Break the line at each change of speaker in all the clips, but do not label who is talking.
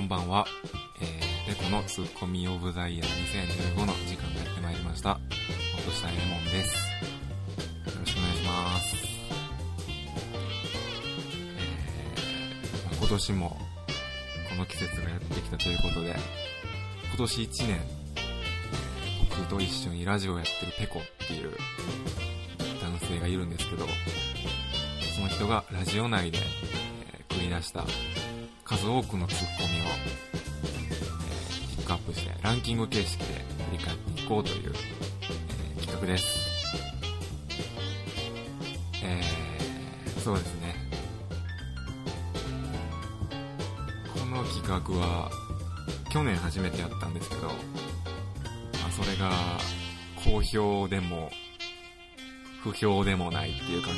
んばんは、えー、猫のツッコミオブザイヤー2015の時間がやってまいりました落としたいレモンですよろしくお願いします、えーまあ今年もこの季節がやってきたということで今年1年、えー僕と一緒にラジオをやってるペコっていう男性がいるんですけどその人がラジオ内で、えー繰り出した数多くのツッコミを、えーピックアップしてランキング形式で振り返っていこうという、えー企画ですえー、そうですねこの企画は去年初めてやったんですけど、まあ、それが好評でも不評でもないっていう感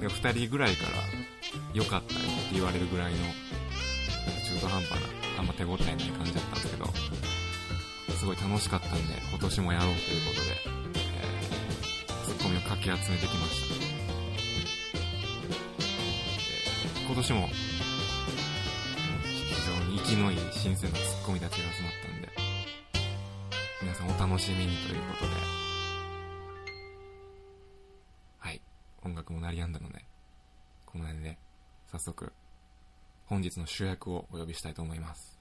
じの2人ぐらいから良かったよって言われるぐらいの中途半端なあんま手応えない感じだったんですけどすごい楽しかったんで今年もやろうということで、えーツッコミをかき集めてきました、えー今年もうん非常に息のいい新鮮なツッコミたちが集まったんで皆さんお楽しみにということではい音楽も鳴りやんだのでこの辺で早速本日の主役をお呼びしたいと思います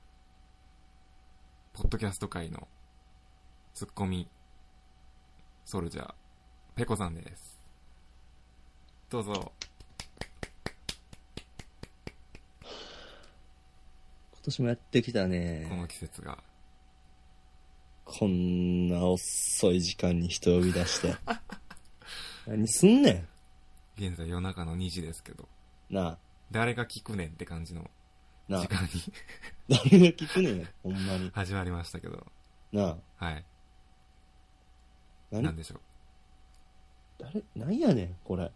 ポッドキャスト界のツッコミソルジャーペコさんですどうぞ
今年もやってきた
こ
ね。
の季節が
こんな遅い時間に人呼び出して。 何すんね
現在夜中の2時ですけど
ん。なあ、
誰が聞くねんって感じの
な
時
あ、
間に
誰が聞くねん。ほんまに。
始まりましたけど
なあ、
はい
何
何でしょう
誰、なんやねん、これ。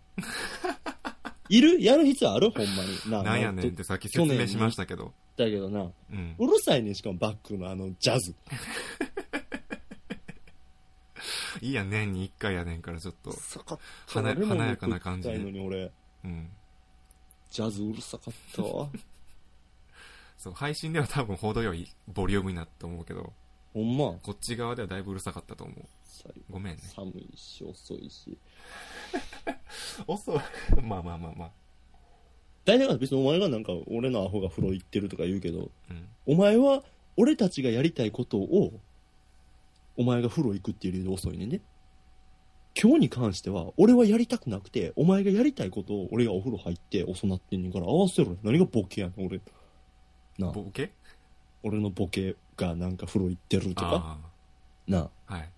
いるやる必要あるほんまに。なあ、
なんやねんっ
って
てさっき説明しましたけど
言ったけどな。
うん
うるさいねん、しかもバックのあのジャズ。
いいや年に1回やねんからちょっと
うるさかった。
華や
俺も
華やかな感じで
食いたいのに俺、
うん
ジャズうるさかったわ。
そう配信では多分程よいボリュームになったと思うけど
ほんま。
こっち側ではだいぶうるさかったと思う。
最
ごめんね。
寒いし、遅いし。
遅い。 まあまあまあまあ。
大体は別にお前がなんか俺のアホが風呂行ってるとか言うけど、
うん。
お前は俺たちがやりたいことをお前が風呂行くっていう理由で遅いねんね今日に関しては俺はやりたくなくてお前がやりたいことを俺がお風呂入って遅なってんねんから合わせろよ何がボケやねん俺なあ
ボケ
俺のボケがなんか風呂行ってるとか
あ
なあ
あ。はい。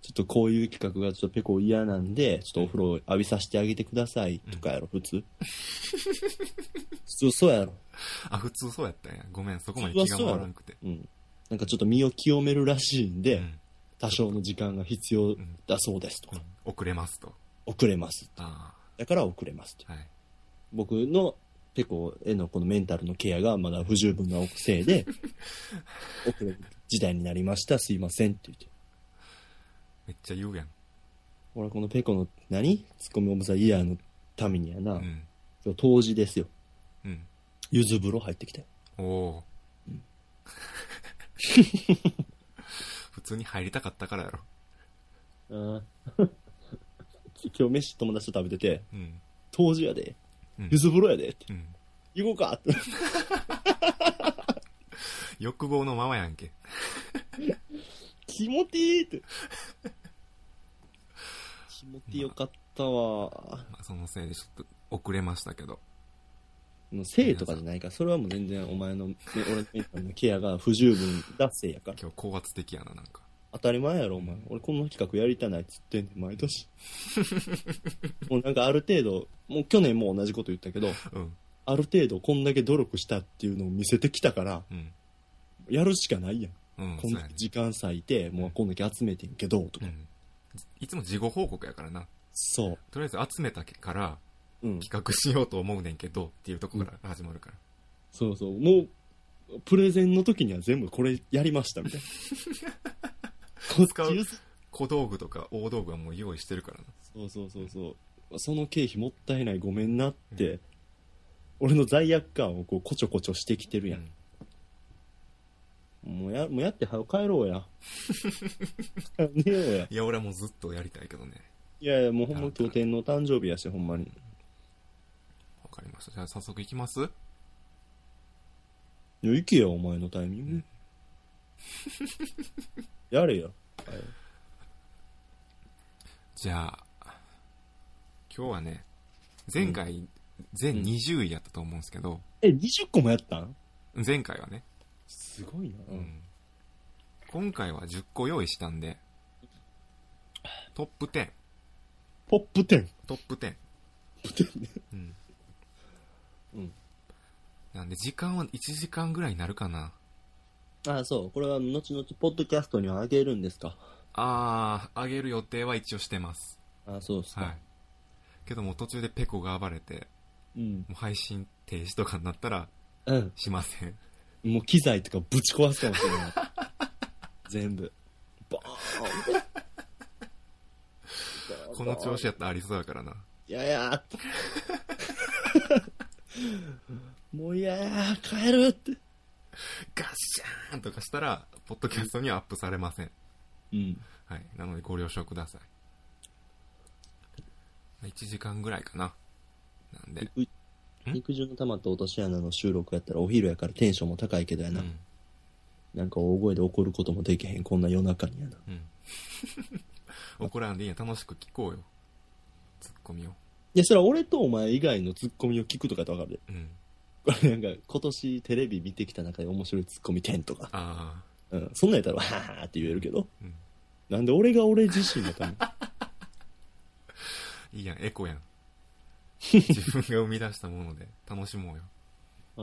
ちょっとこういう企画がちょっとペコ嫌なんでちょっとお風呂浴びさせてあげてくださいとかやろ 普通普通そうやろ
あ、普通そうやったんや。ごめん、そこまで気が回らなくて。
うんなんかちょっと身を清めるらしいんで、
うん
多少の時間が必要だそうですと
う
か、
ん。遅れますと。
遅れます。
あ
だから遅れますと。
あ。はい。
僕のペコへのこのメンタルのケアがまだ不十分なせ いで、遅れる時代になりました、すいませんって言って。
めっちゃ言うやん。
俺はこのペコの何ツッコミオブザイヤーのためにやな、
うん。
今日当時ですよ。
うん。
ゆず風呂入ってきたよ。
おお。 普通に入りたかったからやろ。
あー 今日飯友達と食べてて、
うん。
当時やで
うん、
ゆず風呂やでって、
うん。
行こうかって。
欲望のままやんけ。
気持ちいいって。気持ちよかったわ。
まあそのせいでちょっと遅れましたけど。
もう性とかじゃないから、それはもう全然お前の、ね、俺のメンタルのケアが不十分だせいやから。
今日高圧的やな、なんか。
当たり前やろ、お前。俺この企画やりたないっつってんねん、毎年。もうなんかある程度、もう去年も同じこと言ったけど、
うん。
ある程度こんだけ努力したっていうのを見せてきたから、
うん。
やるしかないやん。
うん。
こん
そう
だ
や
け
ね。
時間割いて、もうこんだけ集めてんけど、と
う
か。
ん。いつも事後報告やからな。
そ
とりあえず集めたから
う。うん。
企画しようと思うねんけどっていうとこから始まるから、
そうそう。もう、プレゼンの時には全部これやりましたみたい な。
使う
こっち譲っ
小道具とか大道具はもう用意してるからな
そうそうそうそう。その経費もったいないごめんなって、俺の罪悪感をこうこちょこちょしてきてるやん。もうや、もうやって、はよ帰ろうや。寝ようや。
いや、俺はもうずっとやりたいけどね。
いやいや、もうほんま今日天皇誕生日やし、ほんまに。
わかりました。じゃあ早速行きます
いや行けよ、お前のタイミ ング。やれよ。
じゃあ、今日はね、前回、全20位やったと思うんですけど、
え、20個もやったん
前回はね、
すごいな。
うん今回は10個用意したんで、トップ10、
ポップ10。
トップ10。うん。
うん。
なんで、時間は1時間ぐらいになるかな。
ああ、そう。これは後々、ポッドキャストにはあげるんですか。
あー、あげる予定は一応してます。
ああ、そうっすか。
はい。けどもう途中でペコが暴れて、
うん。
もう配信停止とかになったら、
うん。
しません。
もう機材とかぶち壊すかもしれない。 全部。バーンって。
この調子やったらありそうやからな。
いやいやーって もういやー、帰るって。
ガッシャーンとかしたら、ポッドキャストにはアップされません。
うん。
はい。なのでご了承ください。1時間ぐらいかな。なんで。
陸陸上の玉と落とし穴の収録やったらお昼やからテンションも高いけどや
う
な。
ん。
なんか大声で怒ることもできへん、こんな夜中にやな。
うん。怒らんでいいや。楽しく聞こうよ。ツッコミを。
いや、それは俺とお前以外のツッコミを聞くとかってわかるで。
うん。
これなんか今年テレビ見てきた中で面白いツッコミ点とか。
あ
うん。そんなんやったら、わーって言えるけど。
あ。うん。
なんで俺が俺自身のため。
いいやん。エコやん。自分が生み出したもので楽しもうよ。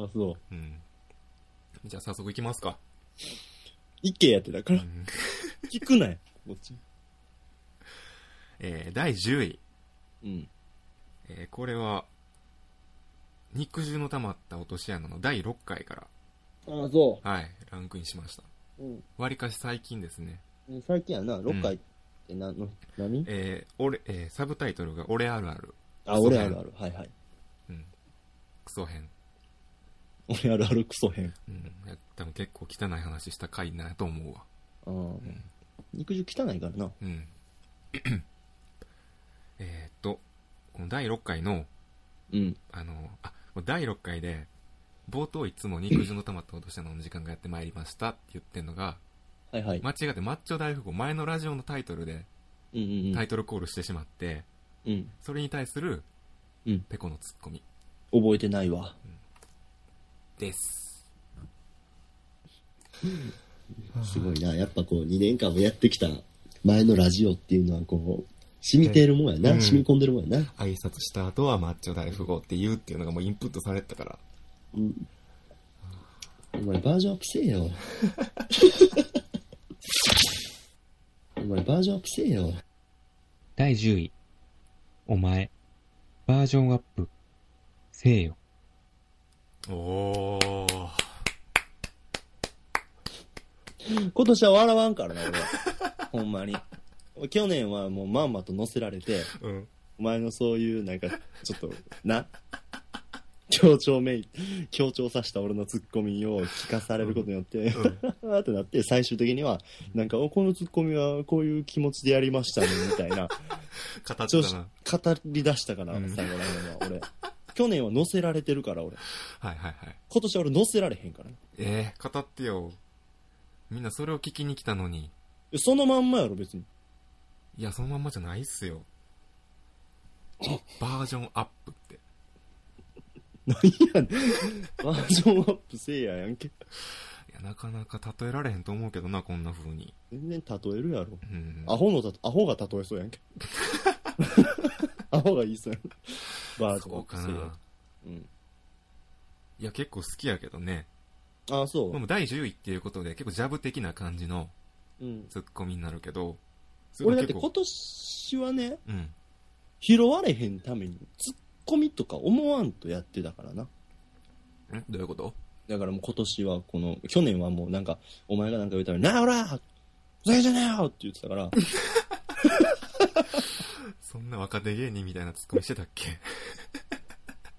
あ、そう。
うん。じゃあ早速行きますか。
一軒やってたか
う
ら、
ん
聞くなよ。こっち。
えー、第10位。
うん。
えーこれは、肉汁の溜まった落とし穴の第6回から、
ああ、そ
はい、ランクインしました。
う。うん。
わりかし最近ですね。
最近やな、6回ってな、の何
えー俺、えーサブタイトルが俺あるある。
あ、俺あるある。はいはい。
うん。クソ編。
俺あるあるクソ編。
うん。いや多分結構汚い話した回なと思うわ。
あー肉汁汚いからな。
うん。 えーっと、この第6回の、
うん。
あの、あ、もう第6回で、冒頭いつも肉汁の溜まった落とし穴の時間がやってまいりましたって言ってんのが、
はいはい。
間違ってマッチョ大富豪前のラジオのタイトルで
うんうんう
タ
ん
イ。トルコールしてしまって、
うん。
それに対する
うん。
ペコのツッコミ
覚えてないわ。
です。
すごいな。やっぱこう、2年間もやってきた前のラジオっていうのはこう、染みてるもんや
うん
な。染み込んでるもんやな。
挨拶した後はマッチョ大富豪って言うっていうのがもうインプットされてたから。
うん。お前バージョンアップせえよ。 お前バージョンアップせえよ。
第10位。お前、バージョンアップ、せえよ。
おー。
今年は笑わんからな、俺は。ほんまに。去年はもうまんまと乗せられて、
うん。
お前のそういう、なんか、ちょっと、な、強調めい、強調させた俺のツッコミを聞かされることによって、あってなって、最終的には、なんか、おこのツッコミはこういう気持ちでやりましたね、みた いな、
語っ
調
て
子、
た
語
な。
り出したから、
う
最
ん
後らへんは、俺。去年は乗せられてるから、俺。
はいはいはい。
今年は俺乗せられへんからね。
えー、語ってよ。みんなそれを聞きに来たのに。
そのまんまやろ、別に。
いや、そのまんまじゃないっすよ。バージョンアップって。
バージョンアップせえややんけ。
いや、なかなか例えられへんと思うけどな、こんな風に。
全然例えるやろ。
うん。
アホのたと、アホが例えそうやんけ。アホが言いそうやん。バージョン
そうか
アップせえ
な
よ。うん。
いや、結構好きやけどね。
ああ、そ
まあ、第10位っていうことで、結構ジャブ的な感じの
う。うん。
ツッコミになるけど、それ
俺
が
だって
結
今
構、
年はね、
うん。
拾われへんために、ツッコミとか思わんとやってたからな。
んどういうこと
だからもう今年はこの、去年はもうなんか、お前がなんか言うたら、なあおらふざけんじゃねえよって言ってたから、
そんな若手芸人みたいなツッコミしてたっけ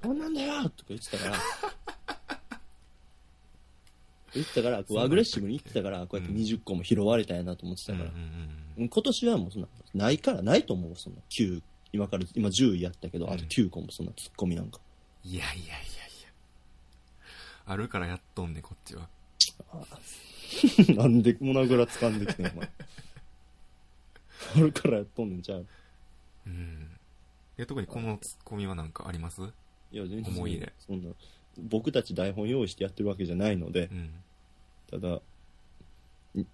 こんなんだよとか言ってたから、言ってたから、こうアグレッシブに言ってたから、こうやって20個も拾われたんやなと思ってた
うん
か
うん
ら
う、ん
今年はもうそんな、ないからないと思う、そんな9、今から、今10位やったけど、あと9個もそんなツッコミなんか。
いやいやいやいや。あるからやっとんね、こっちは。
なんで胸ぐら掴んできてんのお前。あるからやっとんねんちゃう。
うん。え、特にこのツッコミはなんかありますう
いや、全然
思い入れ
そんな、僕たち台本用意してやってるわけじゃないので、
ん。
ただ、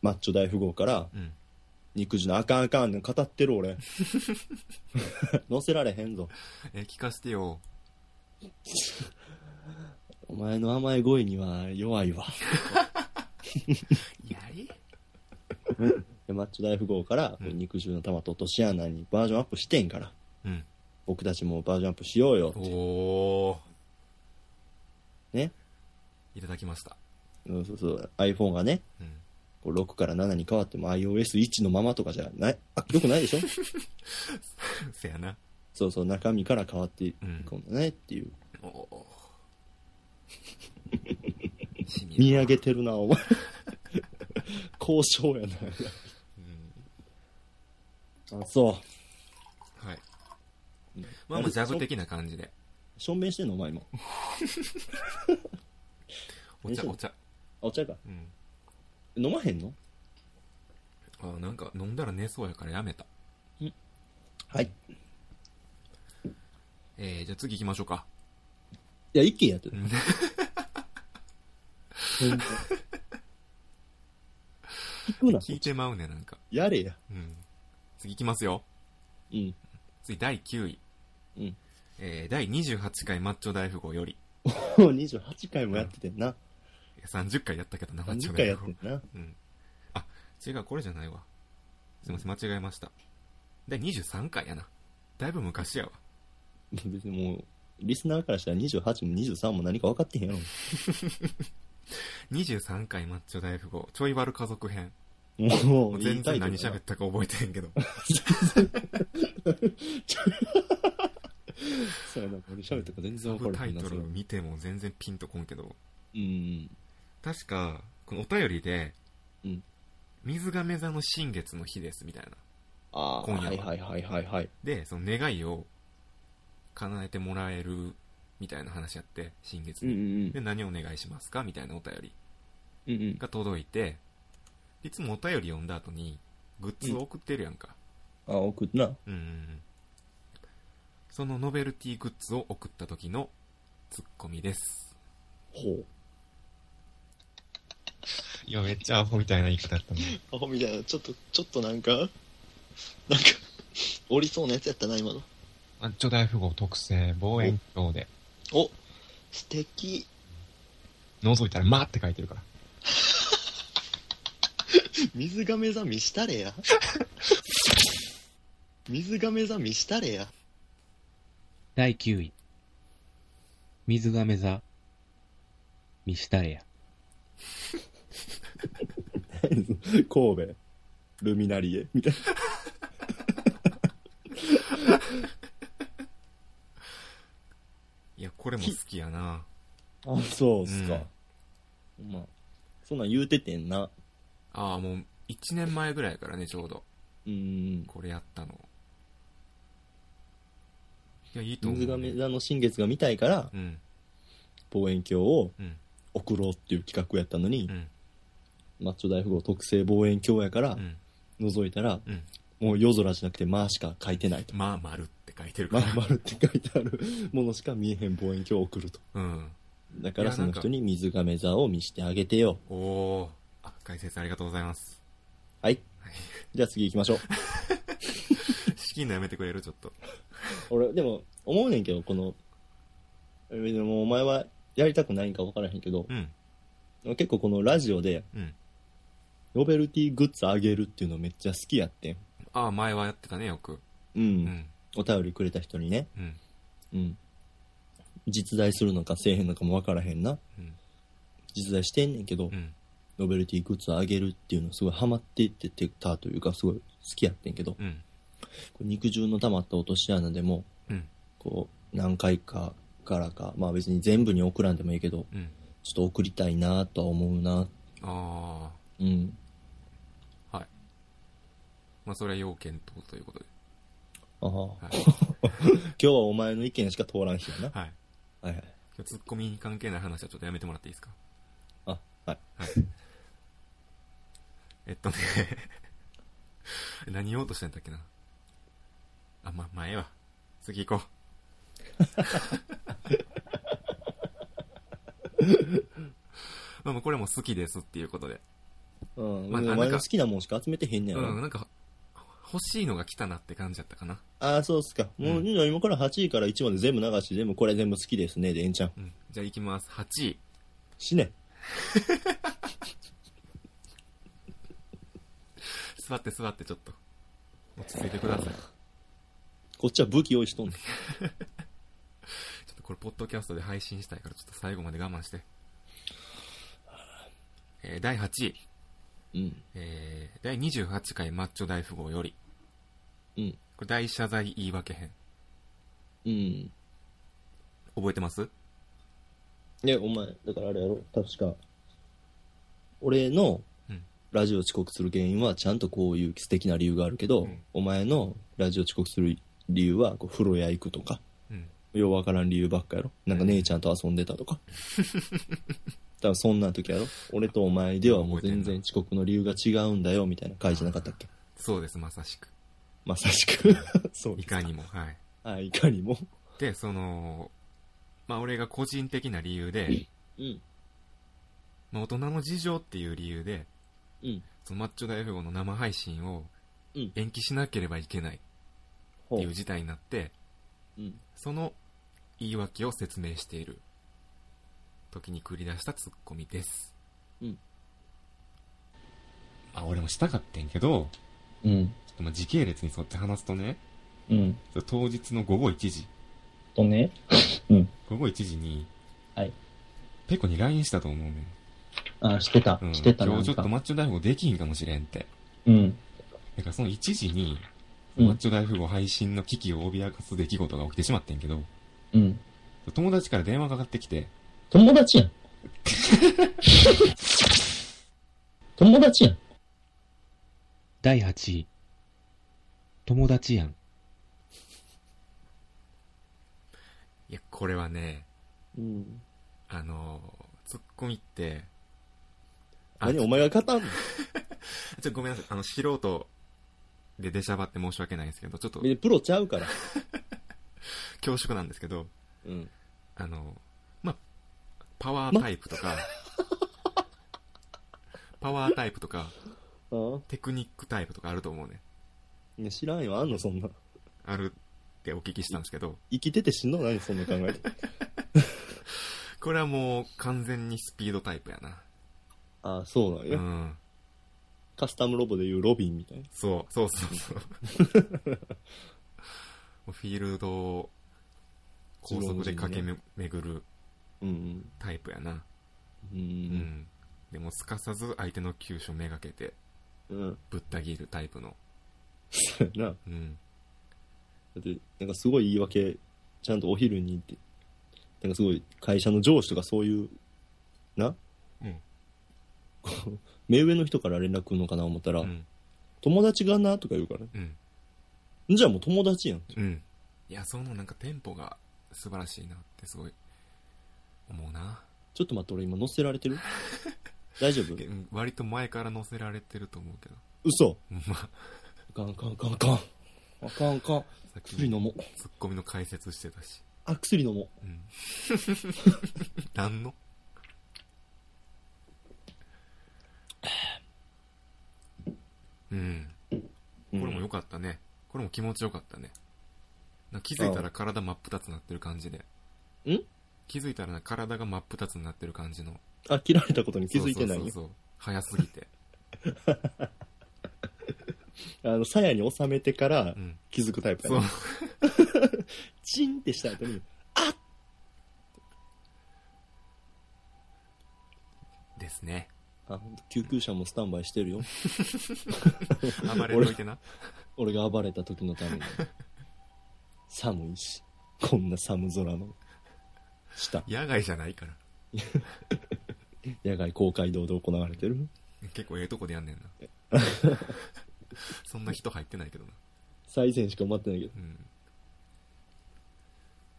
マッチョ大富豪から、
うん。
肉汁のあかんあかんの語ってる俺。 乗せられへんぞ。
え、聞かせてよ。
お前の甘い語彙には弱いわ。
やり
でマッチョ大富豪から、
うん
肉汁の玉と落とし穴にバージョンアップしてんから、
うん。
僕たちもバージョンアップしようよ。
おー。
ね。
いただきました。
うんそうそう、iPhone がね、
うん。
こう6から7に変わっても iOS1 のままとかじゃない、あ、よくないでしょ
せやな。
そうそう、中身から変わっていくんだねっていう。
おおー。しみ
見
る
上
わ
げてるな、お前。交渉や
うん
な。あ、そう。
はい。まあまあ、ジャブ的な感じで。
証明してんのお前今。
お茶、
え
お茶。
あ、お茶か。
うん。
飲まへんの
あー、なんか飲んだら寝そうやからやめた。
はい。
えー、じゃあ次行きましょうか。
いや、一気にやって
う
る。
ん
聞くな。
聞いてまうね、なんか。
やれや。
うん。次行きますよ。
うん。
次、第9位。
うん。
えー、第28回マッチョ大富豪より。
もう28回もやっててんな。
いや30回やったけどな、マッチョ
30回
大
やっ
富
て
豪
ん。な。
うん。あ、違う、これじゃないわ。すいません、間違えました。第23回やな。だいぶ昔やわ。
別にもう、リスナーからしたら28も23も何か分かってへんやろ。
23回マッチョ大富豪、ちょい悪家族編。
も
も
う、
う全然何
しゃ
喋
べ
ったか覚えてへんけど。
そうやな、俺喋ったか全然
サ
分
ブ
か
タ
らへ
イ
んな。
ト
それ
ル
は
見ても全然ピンとこんけど。
うん。
確か、このお便りで、
うん
水亀座の新月の日です、みたいな。
ああ、
今夜は
はいはいはいはいはい。
で、その願いを叶えてもらえる、みたいな話やって、新月
うんう
に。
ん
で、何をお願いしますかみたいなお便り
うん。うんうん。
が届いて、いつもお便り読んだ後に、グッズを送ってるやんか。
あ、送ってな。
うん。ん、そのノベルティグッズを送った時のツッコミです。
ほう。
いや、めっちゃアホみたいな言い方だった ね。
アホみたいな、ちょっと、ちょっとなんか、なんか、おりそうなやつやったな、今の。
マッチョ大富豪特製望遠鏡で、
お素敵。
覗いたら、まって書いてるから。
水亀座見した れや。水亀座見したれや。
第9位。水亀座、見したれや。
神戸、ルミナリエ、みたいな。
いや、これも好きやな。
あ、そうっすか。まあ、そんなん言うててんな。
ああ、もう、1年前ぐらいやからね、ちょうど。
うん。
これやったの。いや、いいと思う、ね。
水亀座の新月が見たいから、
うん、
望遠鏡を
うん、
送ろうっていう企画やったのに
う、ん、
マッチョ大富豪特製望遠鏡やから
う、ん、
覗いたら、
うん。
もう夜空じゃなくて、まあしか書いてないと。
まあ、丸って書いてるか
ま
ら
あ。丸って書いてあるものしか見えへん望遠鏡を送ると。
うん。
だか
い
ら
や
そ
なん
の
か
人に水亀座を見してあげてよ。
おおーあ、解説ありがとうございます。
はい。じゃあ次行きましょう。
資金のやめてくれるちょっと。
俺、でも、思うねんけど、この、えでもお前はやりたくないんか分からへんけど
う、ん、
結構このラジオで、
うん。
ノベルティグッズあげるっていうのめっちゃ好きやってん。
ああ、前はやってたね、よく。
うん。
うん、
お便りくれた人にね。
うん、
うん。実在するのかせえへんのかも分からへんな。
うん、
実在してんねんけど、
うん、
ノベルティグッズあげるっていうのすごいハマっていってたというか、すごい好きやってんけど、
うん、
こう肉汁の溜まった落とし穴でも、
うん、
こう、何回かからか、まあ別に全部に送らんでもいいけど、
うん。
ちょっと送りたいなとは思うな。
あ
うん。
あ、はい。まあ、それは要検討ということで。
ああ、
はい。
今日はお前の意見しか通らん日やな。
はい。
はいはい。
今日ツッコミに関係ない話はちょっとやめてもらっていいですか
あ、はい。
えっとね 何言おうとしてんだっけな。あ、ま、前は。次行こう。 まあもうこれも好きですっていうことで。
うん。
まあ
お
な
前
んか
の好きなもんしか集めてへんねや
う
ろ。
ん、なんか、欲しいのが来たなって感じだったかな。
ああ、そうっすか。もう、
うん
今から8位から1まで全部流して、全部これ全部好きですね、で、えんちゃん。
うん。じゃあ行きます。8位。
死ね。
座って座ってちょっと。落ち着いてください。ちょ
こっちは武器用意しとんねん。
っとこれ、ポッドキャストで配信したいから、ちょっと最後まで我慢して。えー第8位。
うん。
えー、第28回マッチョ大富豪より、
うん。
これ大謝罪言い訳編。
うん。
覚えてます
ね、お前、だからあれやろ、確か。俺の
うん
ラジオ遅刻する原因は、ちゃんとこういう素敵な理由があるけど、
うん
お前のラジオ遅刻する理由は、こう風呂屋行くとか、
うん。
ようわからん理由ばっかやろ。なんか姉ちゃんと遊んでたと か。多分そんな時やろ。俺とお前ではもう全然遅刻の理由が違うんだよ、みたいな回じゃなかったっけ
そうです、まさしく。
まさしく。そう
い
です
かにも、はい。
はい、いかにも。
で、その、まあ、俺が個人的な理由で、
うん、
まあ、大人の事情っていう理由で、
うん。
そのマッチョ大富豪の生配信を
うん
延期しなければいけないっていう事態になって、
うん。
その言い訳を説明している時に繰り出したツッコミです。
うん。
あ、俺もしたかってんけど、
うん。
ちょっとまあ時系列に沿って話すとね、
うん。
当日の午後1時、
とね。
午後1時に、
はい。
ペコに LINE したと思うね
あ、してた
ん。うん今日ちょっとマッチョ大富豪できひんかもしれんって。
うん。
だからその1時に、
うん
マッチョ大富豪配信の危機を脅かす出来事が起きてしまってんけど、
うん。
友達から電話かかってきて、
友達 やん。友達やん。
第8位。友達やん。
いや、これはね、
うん。
あのー、ツッコミって、あ
何お前が語んの
ちょ、ごめんなさい。あの、素人で出しゃばって申し訳ないんですけど、ちょっと、
プロちゃうから。
恐縮なんですけど、
うん。
あの、ま、パワータイプとか、パワータイプとか、
あ
テクニックタイプとかあると思うね。
あ、ね、知らんよ。あんのそんな。
あるってお聞きしたんですけど、
生きててしんどないそんな考え て。
これはもう完全にスピードタイプやな。
ああ、そうなん
う
や、
ん。
カスタムロボでいうロビンみたいな。
そう、そうそうそう。もうフィールドを高速で駆けめ巡る
うん。
タイプやな。
う。
うんん。でも、すかさず相手の急所めがけて、
うん。
ぶった切るタイプの。
そうやな。だ
うん。
って、なんかすごい言い訳、ちゃんとお昼にって。なんかすごい、会社の上司とかそういう、な
うん。
目上の人から連絡来るのかな思ったら、
うん。
友達がなとか言うからね。
うん。
じゃあもう友達やん。
うん。いや、そのなんかテンポが素晴らしいなってすごい思うな。
ちょっと待って、俺今乗せられてる大丈夫
うん割と前から乗せられてると思うけど。
嘘
うんまあ、
あかんあかんあかんあかん。あかんあかん。
さっき
薬飲もう。
ツッコミの解説してたし。
あ、薬飲も
う
う。
ん。何のうん。これも良かったね。これも気持ちよかったね。な気づいたら体真っ二つになってる感じで。
ん
気づいたらな体が真っ二つになってる感じの。
あ、切られたことに気づいてない
そう
よ
そう。そうそう。早すぎて。
あの、鞘に収めてから
うん。
気づくタイプ
そ
や
う
ね。。チンってした後に、
ですね。
あ、ほんと救急車もスタンバイし てるよ。
暴れといてな。
俺が暴れた時のために。寒いし。こんな寒空の。した。
野外じゃないから。
野外公会堂で行われてる。
結構ええとこでやんねんな。 そんな人入ってないけどな。
最前しか埋まってないけ
うん。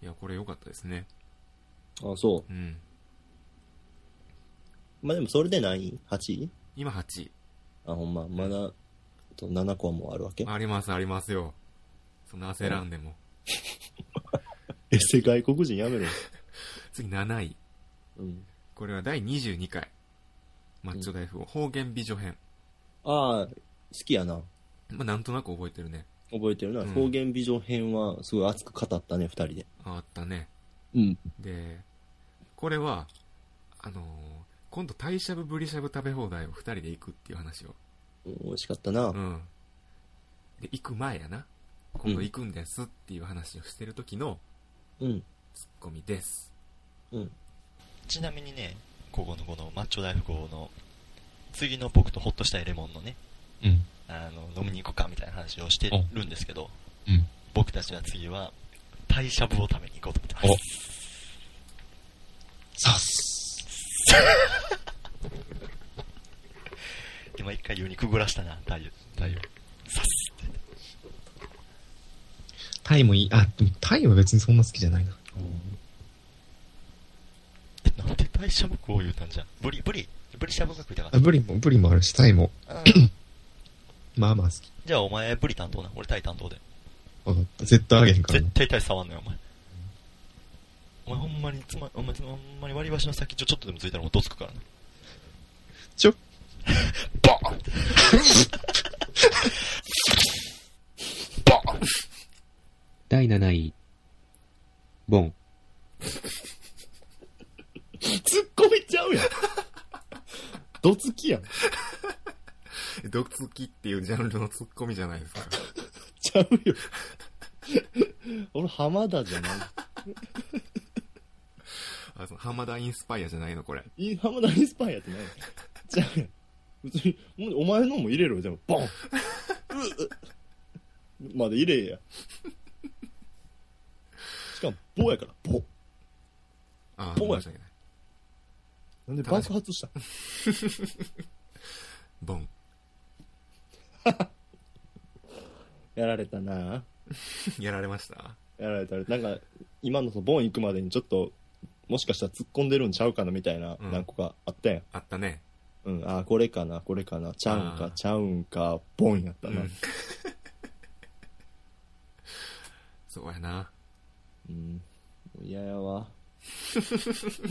いや、これ良かったですね。
ど。あ、そ
うん。
う。まあでもそれで何位 ?8 位
今8位。
あ、ほんま、まだ、あと7個もあるわけ。
あります、ありますよ。そんな焦らんでも。
え、世界国人やめろ。
次7位。
うん。
これは第22回。マッチョ大富豪方言美女編。
ああ、好きやな。
まあ、なんとなく覚えてるね。
覚えてるな。
うん
方言美女編は、すごい熱く語ったね、二人で。
ああったね。
うん。
で、これは、あのー今度タイしゃぶブリしゃぶ食べ放題を2人で行くっていう話を。
美味しかったな。
うん。で、行く前やな。今度行くんですっていう話をしてる時の
うん。
ツッコミです。
うん。
ちなみにね、ここのこのマッチョ大富豪の、次の僕とホッとしたいレモンのね、
うん。
あの、飲みに行こうかみたいな話をしてるんですけど、
うん。
僕たちは次は、タイしゃぶを食べに行こうと思ってます。
さ
今一回言うにくぐらしたな、タイを。タイを。
タイもいい。あ、でもタイは別にそんな好きじゃないな。
え、なんでタイしゃぶこう言うたんじゃん。ブリ、ブリ、ブリしゃぶが食いたかっ
あ
た。
ブリも、ブリもあるし、タイも、
あ
まあまあ好き。
じゃあお前ブリ担当な。俺タイ担当で。
わかった。絶対あげへんから
絶
な。
対タイ触んなよ、お前。お前ほんまにつま、お前ほんまに割り箸の先ちょちょっとでもついたらもうどつくからな。
ちょ、
ボーンボーン
第7位。ボン。
突っ込みちゃうやん。どつきやん。
毒つきっていうジャンルのツッコミじゃないですか。
ちゃうよ。俺、浜田じゃない。
あその浜田インスパイアじゃないの、これ。
いい浜田インスパイアって ない。ちゃうやん。別に、もうお前のも入れろよ、でも、ボンううまだ入れや。しかも、棒やから、棒。
ああ、
ボンや
申し訳ない。
なんで爆発した
ボン。
やられたな
やられました
やられたらなんか、今のそのボン行くまでにちょっと、もしかしたら突っ込んでるんちゃうかなみたいな、
うん
何個かあったやん。
あったね。
うん、あー、これかな、これかな、ちゃうん
あー
か、ちゃうんか、ボンやったな。
う
うん
そうやな。
ん。もう嫌やわ。もう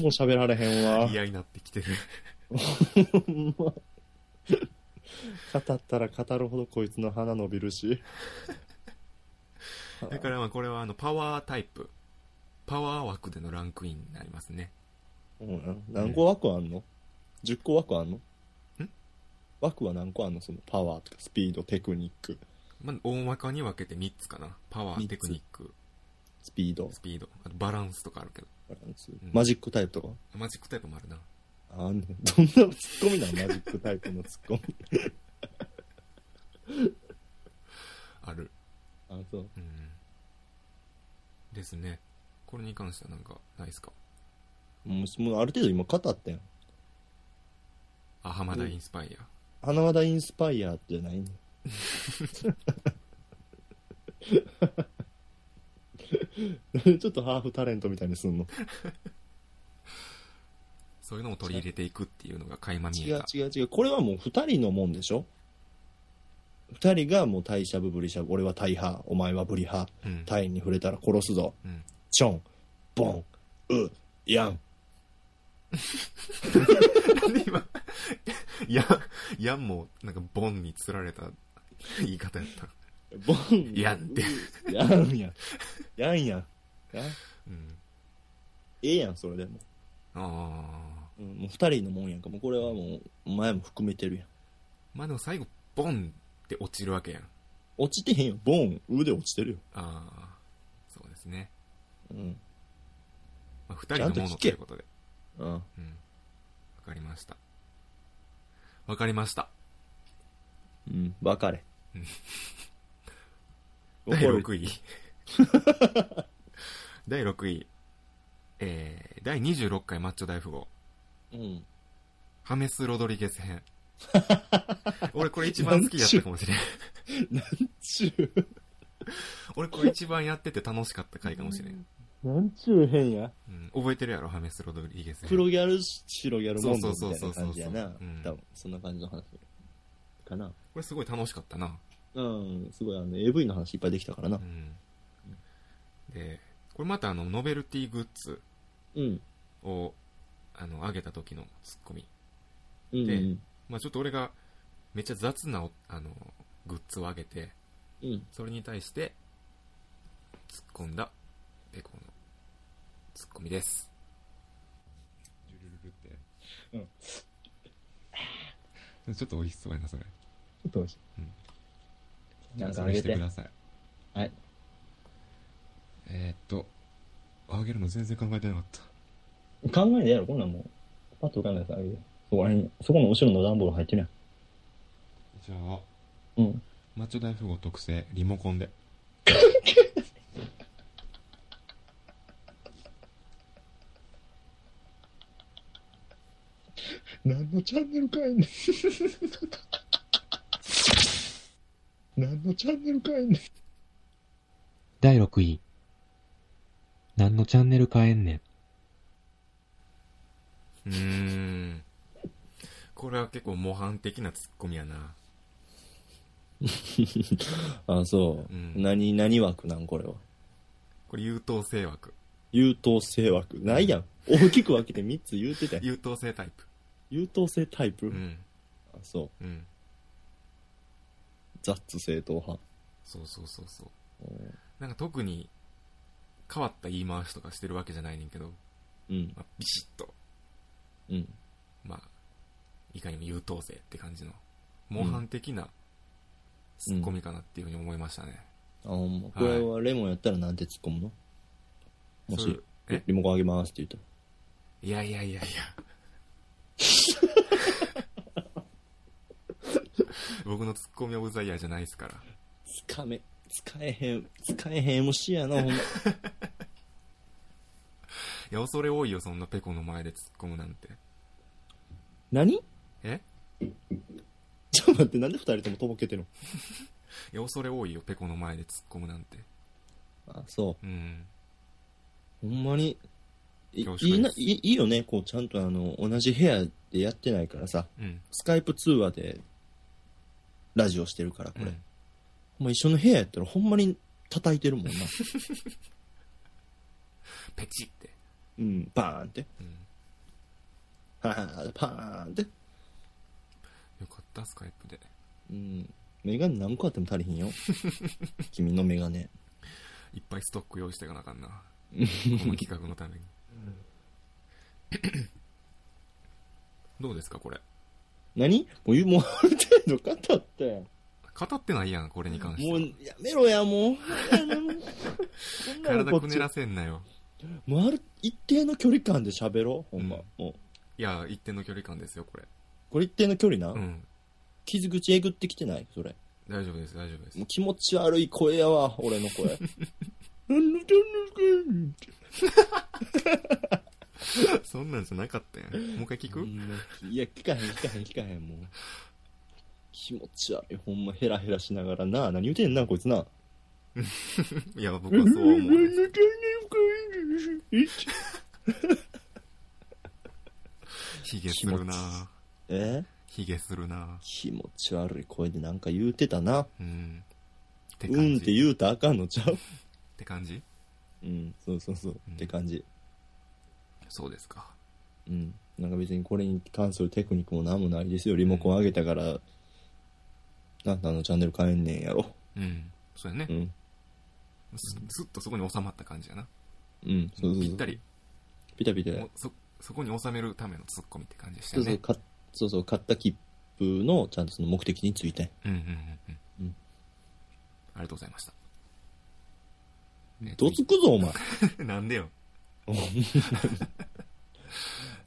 喋られへんわ。
嫌になってきてる。
ほんま語ったら語るほどこいつの鼻伸びるし。
だからまあこれはあのパワータイプ。パワー枠でのランクインになりますね。
うん、何個枠あんの ?10 個枠あんの
ん
枠は何個あんのそのパワーとかスピード、テクニック、
まあ大まかに分けて3つかな。パワ
三
ー、
つ
テクニック、
スピード、
スピード。あとバランスとかあるけど。
マジックタイプとか。
マジックタイプもあるな。
あんねんどんなツッコミなんマジックタイプのツッコミ。
ある。
あ、そう。
うん。ですね。これに関してはなんかないですか
もう、もうある程度今語ったやん。
あ、浜田インスパイ
花輪田インスパイアじゃないねん。 ちょっとハーフタレントみたいにすんの
ア。そういうのも取り入れていくっていうのが垣間見
違
え
う
た。
違う違うこれはもう二人のもんでしょ二人がもう大しゃぶブリしゃぶ俺は大派お前はブリ派
うん。
タイに触れたら殺すぞ
うん。
チョンボンうヤン
今、や、やんも、なんか、ボンにつられた言い方やった。
ボ ン
やんって。
うヤンやんヤ ンやんや
うん。
ええやんそれでも,、
あ
うん、もう二人のもんやんかもうこれはもうお前も含めてるやん
あ。まあでも最後、ボンって落ちるわけやん。
落ちてへんよボンうで落ちてるよ、
ああ。そうですね。
うん
まあ、二人のも
ちゃんと
の
聞
とい
け
うことで。
うん、
うん。わかりました。わかりました。
うん、分かれ
うん
怒
第
る
6位。第6位。えー、第26回マッチョ大富豪。
うん。
ハメス・ロドリゲス 編。俺これ一番好きやったかもしれん。
ちゅう、
俺これ一番やってて楽しかった回かもしれん。
なんちゅう変や。
うん、覚えてるやろ、ハメス・ロドリゲス編。
黒ギャル、白ギャルモンドみたい
そう
な
そうそうそうそう
感じやな
うん。
多分、そんな感じの話。かな。
これすごい楽しかったな。
うん、すごい、あの、AV の話いっぱいできたからな
う。ん。で、これまたあの、ノベルティグッズ
うん。
を、あの、上げた時のツッコミ。
うん。
でまあちょっと俺が、めっちゃ雑なお、あの、グッズを上げて、
うん。
それに対して、突っ込んだ、ペコの、突っ込みです。
ジュルルルって。
うん
うん。ち ょっと美味しそうやな、それ。
ょっと美味しい。なんか
そ
あ
れ
げ
して
て
く。ださい。
はい。
えー、っと、あげるの全然考えてなかった。
考えでやろ、こんなんもう。パッと浮かんだやつあげて。そこら辺、そこの後ろの段ボール入ってる
じゃあ、
やん。うん。
マッチョ大富豪特製、リモコンで。
何のチャンネルかいね何のチャンネルかいね
第6位。何のチャンネル変えんねん。
うーん。これは結構模範的な突っ込みやな。
あ、そう。
うん
何、何枠なんこれは。
これ優等生枠。
優等生枠。ないやん。大きく分けて3つ言うてたやん。
優等生タイプ。
優等生タイプ、
うん。
あ、そう。
うん。
ザッツ正統派。
そうそうそうそう。なんか特に、変わった言い回しとかしてるわけじゃないねんけど、
うん。
まあ、ビシッと、
うん。
まあ、いかにも優等生って感じの、模範的な突っ込みかなっていうふうに思いましたね。
あ、ほんま。これはレモンやったらなんて突っ込むの、も
そうい
し
う、え
リモコンあげますって言ったら。
いやいやいやいや。 僕のツッコミオブザイヤーじゃないですから。
つかめ、使えへん、使えへん MC やな、ほんま。
いや、恐れ多いよ、そんなペコの前でツッコむなんて。
何
え
ちょっと待って、なんで二人ともとぼけてるの
いや、恐れ多いよ、ペコの前でツッコむなんて。
あ、そ
うん。
う。ほんまに、い
恐
いい
縮
な
で、す
いいいいよね、こう、ちゃんとあの、同じ部屋でやってないからさ、
うん。
スカイプ通話で、ラジオしてるから、こ
う
れ。
ん。
もう一緒の部屋やったらほんまに叩い てるもんな。
ペチって。
うん、バーンって。
うん。
ははパーンって。
よかった、スカイプで。
うん。メガネ何個あっても足りひん よ。君のメガネ。
いっぱいストック用意していかなあかん な。この企画の ために。どうですか、これ。
何もう、もうある程度語ったやん。
語ってないやん、これに関して
も
は
う。、やめろや、もう。
体くねら
す。
せんなよ。
もうある、一定の距離感で喋ろう、ほんま。
うん
もう。
いや、一定の距離感ですよ、これ。
これ一定の距離な。
うん。
傷口えぐってきてないそれ。
大丈夫です、大丈夫です
もう。気持ち悪い声やわ、俺の声。なんでなんで
そんなんじゃなかったやん。もう一回聞く、
うんいや、聞かへん、聞かへん、聞かへん、もう。気持ち悪い、ほんま、ヘラヘラしながらな。何言うてんな、こいつな。
いや、僕はそうは思うです。ヒゲするなぁ
え
ヒゲするなぁ
気持ち悪い声でなんか言うてたな。
うん。って
う
感じ。
んって
っ
言うたらあかんのちゃう
て感じ
うん、そうそうそう、
うん
って感じ。
そうですか。
うん。なんか別にこれに関するテクニックも何もないですよ。リモコン上げたから、なんであのチャンネル変えんねんやろ。
うん。そうやね
う。ん。
すすっとそこに収まった感じやな。
うん、そうそうそう。
ぴった。り。
ピタピタ。
もうそ、そこに収めるためのツッコミって感じでした
そ
よ
うそう、
ね。
かそうそう、買った切符の、ちゃんとその目的について。
うんうんうんう
うん
ん。ありがとうございました。えっと
どつくぞ、お前。
なん でよ。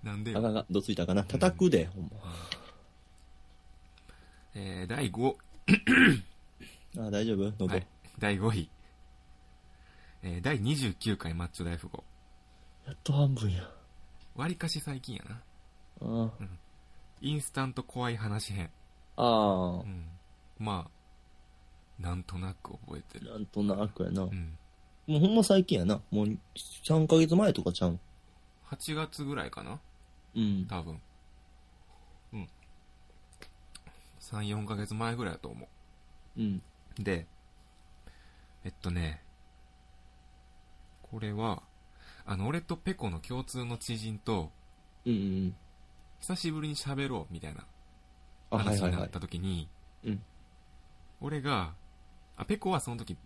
なんで
あ
よ
か。んあかん、どついたかな。叩くで、ほん
えー、第5、
ま。あ、大丈夫ノブ。
はい、第5位。えー、第29回マッチョ大富豪。
やっと半分や。
割かし最近やな。
あ
インスタント怖い話編。
あ。あ
うん。まあ、なんとなく覚えて
あ。
る。
なんとなくやな。も
うん。
うほんま最近やな。もう3ヶ月前とかちゃうん。
8月ぐらいかな
うん。
多分。うん。3、4ヶ月前ぐらいだと思
うん。
う。で、えっとね、これは、あの、俺とペコの共通の知人と、
うんうん。
久しぶりに喋ろうみたいな
あ、は
話
いは
に
い
な
は
っ
い。
た時に、
うん
俺が、あ、ペコはその時、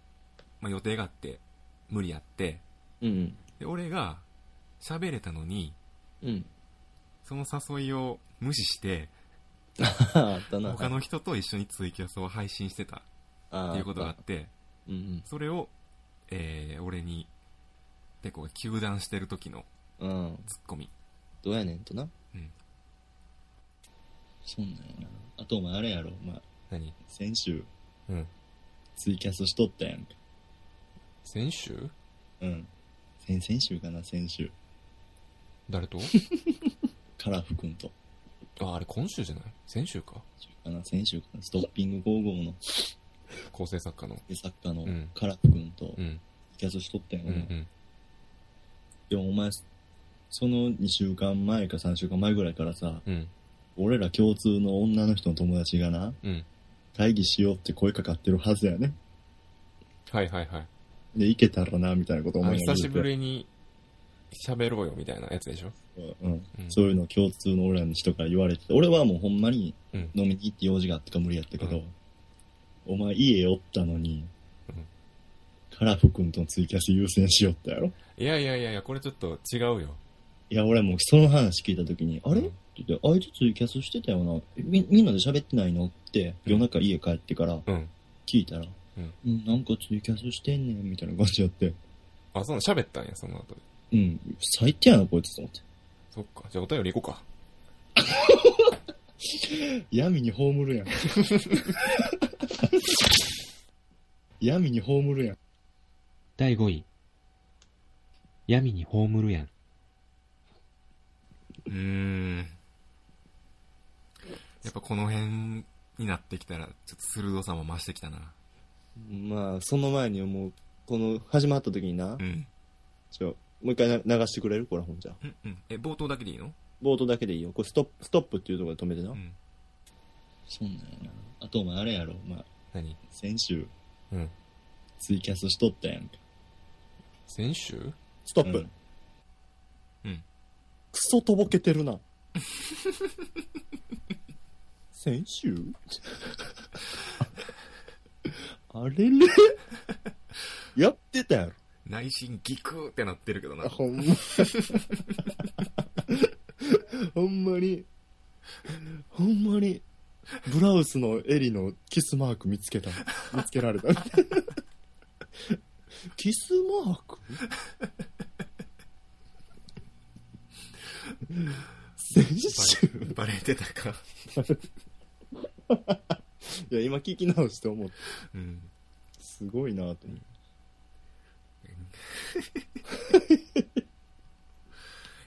まあ、予定があって、無理やって、
うん
で、俺が喋れたのに、
うん。うん。
その誘いを無視して、
あったな。
他の人と一緒にツイキャスを配信してたっ
って
いうことがあって、
うん
それを、えー、俺に、ペコが糾弾してる時の
うん。うん。
ツッコミ。
どうやねんとな。
うん。
そんなんやな。あとお前あれやろ、お前。
何
先週、
うん。
ツイキャスしとったやんか。
先週
うん。先々週かな、先週。
誰 と
カラフ君と。
あ、あれ今週じゃない先週か。
かな、先週かな、ストッピング55の
構成作家の。
作家の
うん
カラフ君と
うん。
キャスしとったやん
う
お
ん
前。
うん。
でもお前、その2週間前か3週間前ぐらいからさ、
うん。
俺ら共通の女の人の友達がな、
うん。
会議しようって声かかってるはずやね。
はいはいはい。
で、行けたらな、みたいなこと
あ
思いなが
久
ら
しぶりに喋ろうよみたいなやつでしょ、
うん。
うん、
そういうのを共通の俺らの人から言われてて、俺はもうほんまに
うん
飲みに行って用事があってか無理やったけど、
う
お前家おったのに、
うん
カラフ君とのツイキャス優先しよったやろ
いやいやいやいや、これちょっと違うよ。
いや、俺もうその話聞いたときに、あれ
うん
って言って、あいつツイキャスしてたよな。えみ、みんなで喋ってないのって、
うん
夜中家帰ってから
うん。
聞いたら、
うん
うん、なんかツイキャスしてんねん、みたいな感じやって、
あ、その喋ったんや、その後で。
うん、最低やな、こいつと思って。
そっか。じゃあお便り行こうか。
闇に葬 るやん。闇に葬るやん。
第5位。闇に葬るやん。
うーん。やっぱこの辺になってきたら、ちょっと鋭さも増してきたな。
まあ、その前にもう、この、始まった時にな
う、ん。
ちょ、もう一回な流してくれるこれほんじゃ。
うんうん。え、冒頭だけでいいの
冒頭だけでいいよ。これストップ、ストップっていうところで止めてな
う。ん。
そんなんやな。あと、お前あれやろ、まあ、
何
先週、
うん
ツイキャスしとったやんか。
先週
ストップ。
うん
クソとぼけ てるな。先週 あれ れやってたやろ。
内心ギクーってなってるけどな。
ほんま。 ほんまに、ほんまに、ブラウスの襟のキスマーク見つけた。見つけられた。 キスマーク先週
バレてたか。
いや、今聞き直して思って、
うん。
すごいなと思って。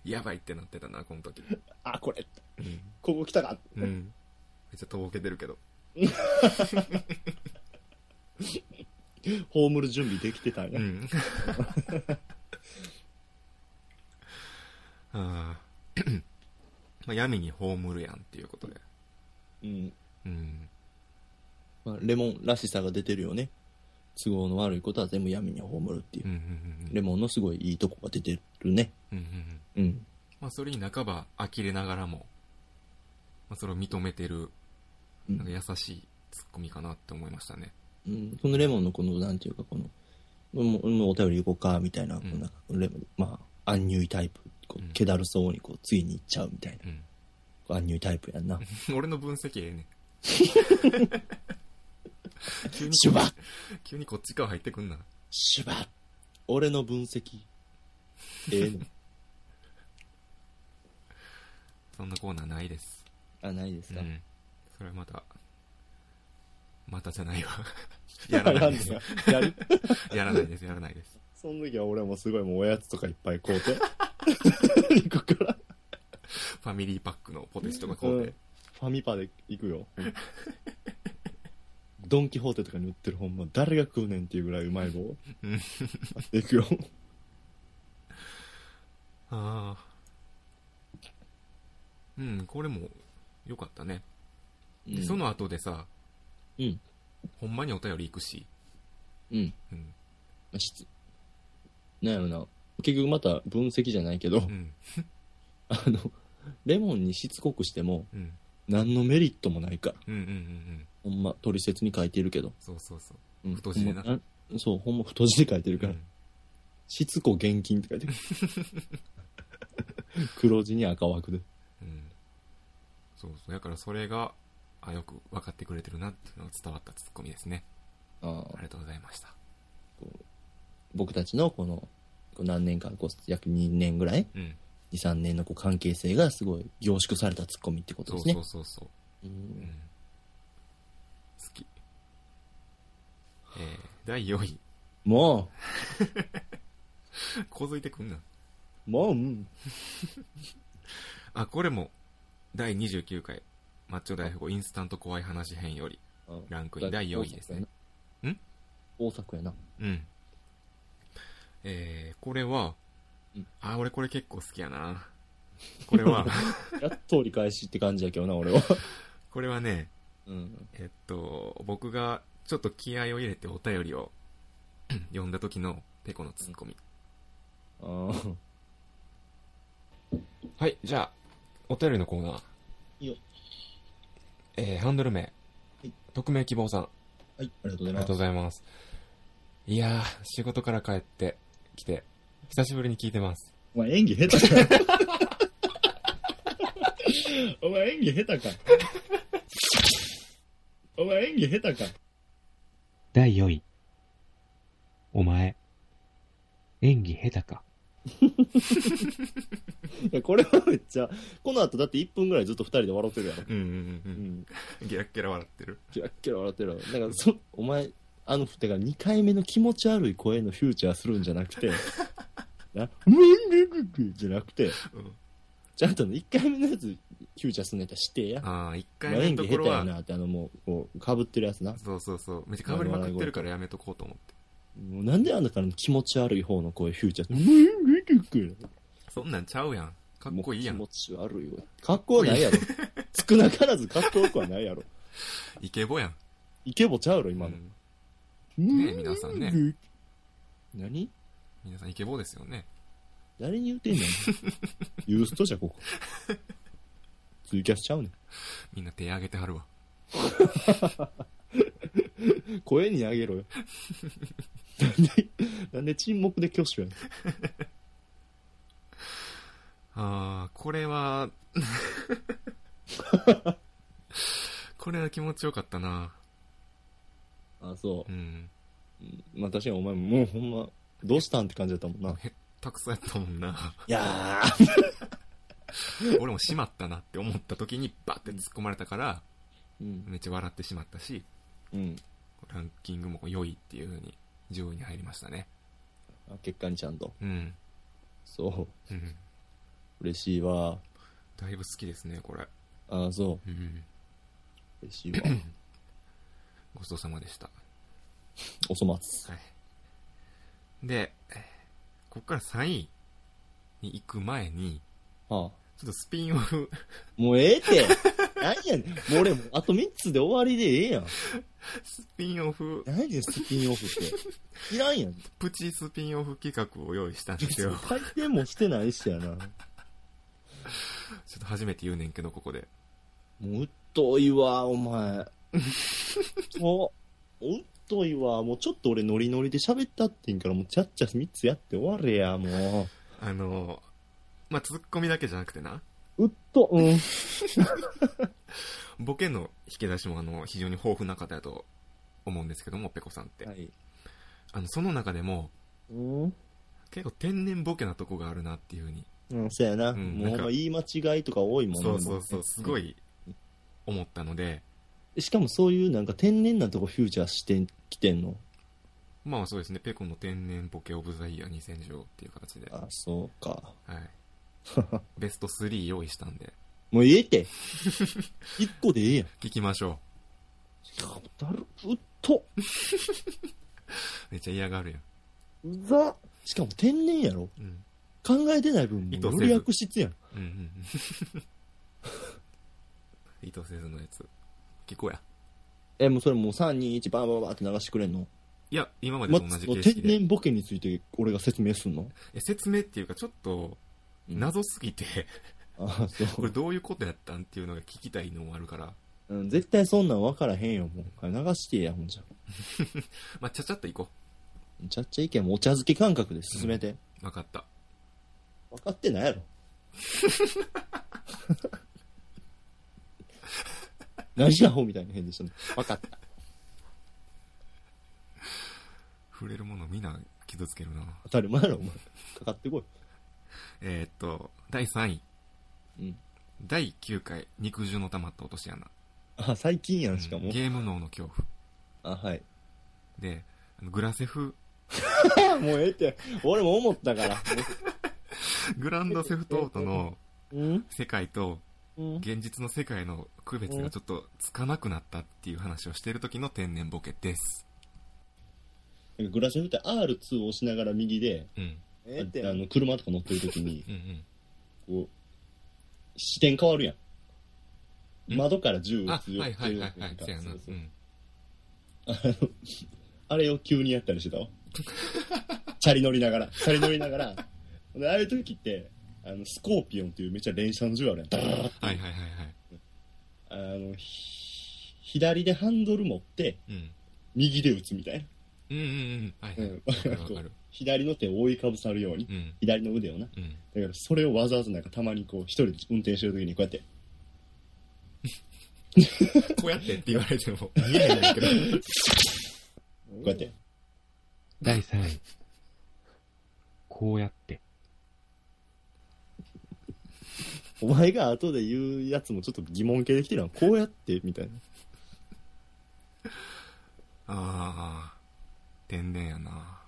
やばいってなってたな、この時。
あ、これ、
うん。
ここ来たか。
うん。めっちゃとぼけてるけど。
葬る準備できてたん
う
や。
ん。あーまあ、闇に葬るやんっていうことで。
うん。
うん。
まあ、レモンらしさが出てるよね。都合の悪いことは全部闇に葬るっていうう。
んうんうん
レモンのすごいいいとこが出てるね。
うんうんうん。
うん。
まあ、それに半ば呆れながらも、まあ、それを認めてる、
うん
なんか優しいツッコミかなって思いましたね。
うん、そのレモンのこの、なんていうか、この、もうもうお便り行こうか、みたいな、こうなんかレモン、まあ、アンニュイタイプ、こ
うん
う、気だるそうに、こう、次に行っちゃうみたいな、
うん。
こうアンニュイタイプやんな。
俺の分析ええ ねん急に
シュバッ
急にこっち側入ってくんな。
シュバッ俺の分析。ええの
そんなコーナーないです。
あ、ないですか。
うん。それはまた、またじゃない わ。やらないです。
かやる
やらないです、やらないです。
その時は俺もすごいもうおやつとかいっぱい買うて。行くから。
ファミリーパックのポテチとか買う
う
て
ん。ファミパで行くよ。 ドン・キホーテとかに売ってるほんま誰が食うねんっていうぐらいうまい棒。
うん
行くよ。
ああ。うん、これも、よかったね。でその後でさ、
うん。
ほんまにお便り行くし。
うん。
うん。
しなんやろな。結局また分析じゃないけど
う、ん。
あの、レモンにしつこくしても
うん。
何のメリットもないから。
うんうんうんうん。
ほんま、取説に書いてるけど。
そうそうそう。
うん
太字でな
ほんまあそう、ほんま太字で書いてる
う
から。
ん、
しつこ現金って書 いてる。黒字に赤枠で。
うん。そうそう。だからそれが、あ、よく分かってくれてるなっていうのが伝わったツッコミですね。
あ
ありがとうございました。
僕たちのこの、こう何年間、こう約2年ぐらい、
うん。
2、3年のこう関係性がすごい凝縮されたツッコミってこと
そう
ですね。
そうそうそう。
う
うんん。好き。えー、第4位。
も
小づいてくんな。
う、もう、うん
あ、これも、第29回、マッチョ大富豪インスタント怖い話編より、ランクイン第4位ですね。ん
大阪やな。
うん。えー、これは
うん、
あ、俺これ結構好きやな。これは、
やっと折り返しって感じやけどな、俺は。
これはね、
うん。
えっと、僕がちょっと気合を入れてお便りを 読んだ時のペコのツッコミ。
あー
はい、じゃあ、お便りのコーナー。
いいよ。
えー、ハンドル名。
い
匿名希望さん。あ
はい、ありがとうご
り
ざい
が
ま
と
す。
うございます。いやー、仕事から帰ってきて、久しぶりに聞いてます。
お前演技下手じゃん。お前演技下手か。お前演技下手か。
第4位。お前、演技下手か。
いや、これはめっちゃ、この後だって1分ぐらいずっと2人で笑ってるやろ。
うんうんう
うんん。
うん。ゲラッゲラ笑ってる。
キラッキラ笑ってるわだからそ、お前、あの、てか2回目の気持ち悪い声のフューチャーするんじゃなく て、な、ウィンルルルじゃなくて、
うん
ちゃんとね、1回目のやつ、フューチャーすんのやったらしてや。
ああ、一
まあ
回目
演
の
技
とこ
下
ろ
手や
は、
なって、あの、もう、こう、被ってるやつな。も
そうそうそう。めっちゃ被りまくってるからやめとこうと思って。
うなんであんなから気持ち悪い方の声、フューチャー、ウィンルルル
そんなんちゃうやん。かっこいいやん
もう。気持ち悪いわ。かっこはないやろ。少なからずかっこよくはないやろ。
イケボやん。
イケボちゃうやろ、
う
今の。
ん
ね
え皆さんね。
何
皆さんイケボですよね。
誰に言うてんのユーストじゃ、ここ。ツイキャスちゃうね
みんな手挙げてはるわ。
ん。声にあげろよ。なんで、なんで沈黙で挙手やね
ああ、これは、これは気持ちよかったな。
ん。あ、そ
うん。
う。まあ、確かにお前ももうほんま、どうしたんって感じだったもんな。い
へったくそやったもんな。
や
俺もしまったなって思った時にバッて突っ込まれたから、
ー。うん。
めっちゃ笑ってしまったし、
うん。
ランキングも良いっていう風に上位に入りましたね。
あ結果にちゃんと。
うん。
そう。
うん。
嬉しいわ。
だいぶ好きですね、これ。
あ、そ
うん。
う。嬉しいわ。
ごちそうさまでした。
おそ松。
はい。で、こっから3位に行く前に、
はあ。
ちょっとスピンオフ、
もうええって。何やねん。もう俺もうあと3つで終わりでええやん。
スピンオフ、
何やねん、スピンオフって。いらんやん。
プチスピンオフ企画を用意したん ですよ。
回転もしてないしやな。も
ちょっと初めて言うねんけど、ここで。
う、うっといわ、お 前。もう、うっといわ。もうちょっと俺ノリノリで喋ったってんから、もうちゃっちゃ3つやって終われや、も
あの、まあ、ツッコミだけじゃなくてな、
う。うっと、うん。
ボケの引き出しもあの、非常に豊富な方だと思うんですけども、ペコさんって。
い。
あの、その中でも、
うん。
結構天然ボケなとこがあるなっていうふうに。
うん、そうやな。
うん
もうほんま言い間違いとか多いもんね
そうそうそう、すご
い。
い思ったので、
しかもそういうなんか天然なとこフューチャーしてきてんの。
まあそうですね、ペコの天然ボケオブザイヤー2010っていう形で。は
あ、そうか。
い。ベスト3用意したんで、
もうええ って。一個でええやん。
聞きましょ
だる、うっと、
う。めっちゃ嫌がるやん。
うざ。しかも天然やろ。
うん。
考えてない分、
意図せ
よ
ず
り悪質やん。
うんうんうん。 意図せずのやつ。聞こうや。
え、もうそれもう3、2、1、バーバーバーって流してくれんの
いや、今まで
ま
と同じ
もう
形
天
式で。
然ボケについて俺が説明すんの
え説明っていうか、ちょっと、
うん
謎すぎて、
あそ
これどういうことやったんっていうのが聞きたいのもあるから、
う、うん。絶対そんなん分からへんよ、もう。流してや、ほんじゃ。
まあ、ちゃちゃっといこ
ちゃっちゃいけん、もうお茶漬け感覚で進めて。
う。わかった。
分かってないやろ。何やほみたいな変でしたね。分かった。
触れるものみんな傷つけるな。
当たり前やろ、お前。かかってこい。
えーっと、第3位。
うん
第9回、肉汁の溜まった落とし穴。
あ、最近やん、しかも。
ゲーム脳の恐怖。
あ、はい。
で、あのグラセフ、
もうええって、俺も思ったから。
グランドセフトオートの
うん
世界と
うん。
現実の世界の区別がちょっとつかなくなったっていう話をしてる時の天然ボケです。
グラシェフって R2 を押しながら右で、
うん。
ええって。
あの、車とか乗ってる時 に、
うんうん。
こう、視点変わるやん。
ん
窓から銃
あ、
撃
は
つ
い
よ
はいはいはい、
な
は
ん
い
か。
せやな。。
そううそうんあれを急にやったりしてた わ。チャリ乗りながら、チャリ乗りながら。でああいう時って、あの、スコーピオンっていうめっちゃ連射の銃あるやん。ダーッ
はいはいはいはい。
あの、ひ左でハンドル持って、
うん。
右で撃つみたいな。
うんうんうん。はい
う
はい。
ん
わ かるわかる。
左の手を覆いかぶさるように。
うん。
左の腕をな。
うん。
だからそれをわざわざなんかたまにこう、一人で運転してる時にこうやって、
こうやってって言われても 見えへんねんけど。
こうやって。
第3位。こうやって。
お前が後で言うやつもちょっと疑問系できてるのこうやってみたいな。
ああ、天然やな。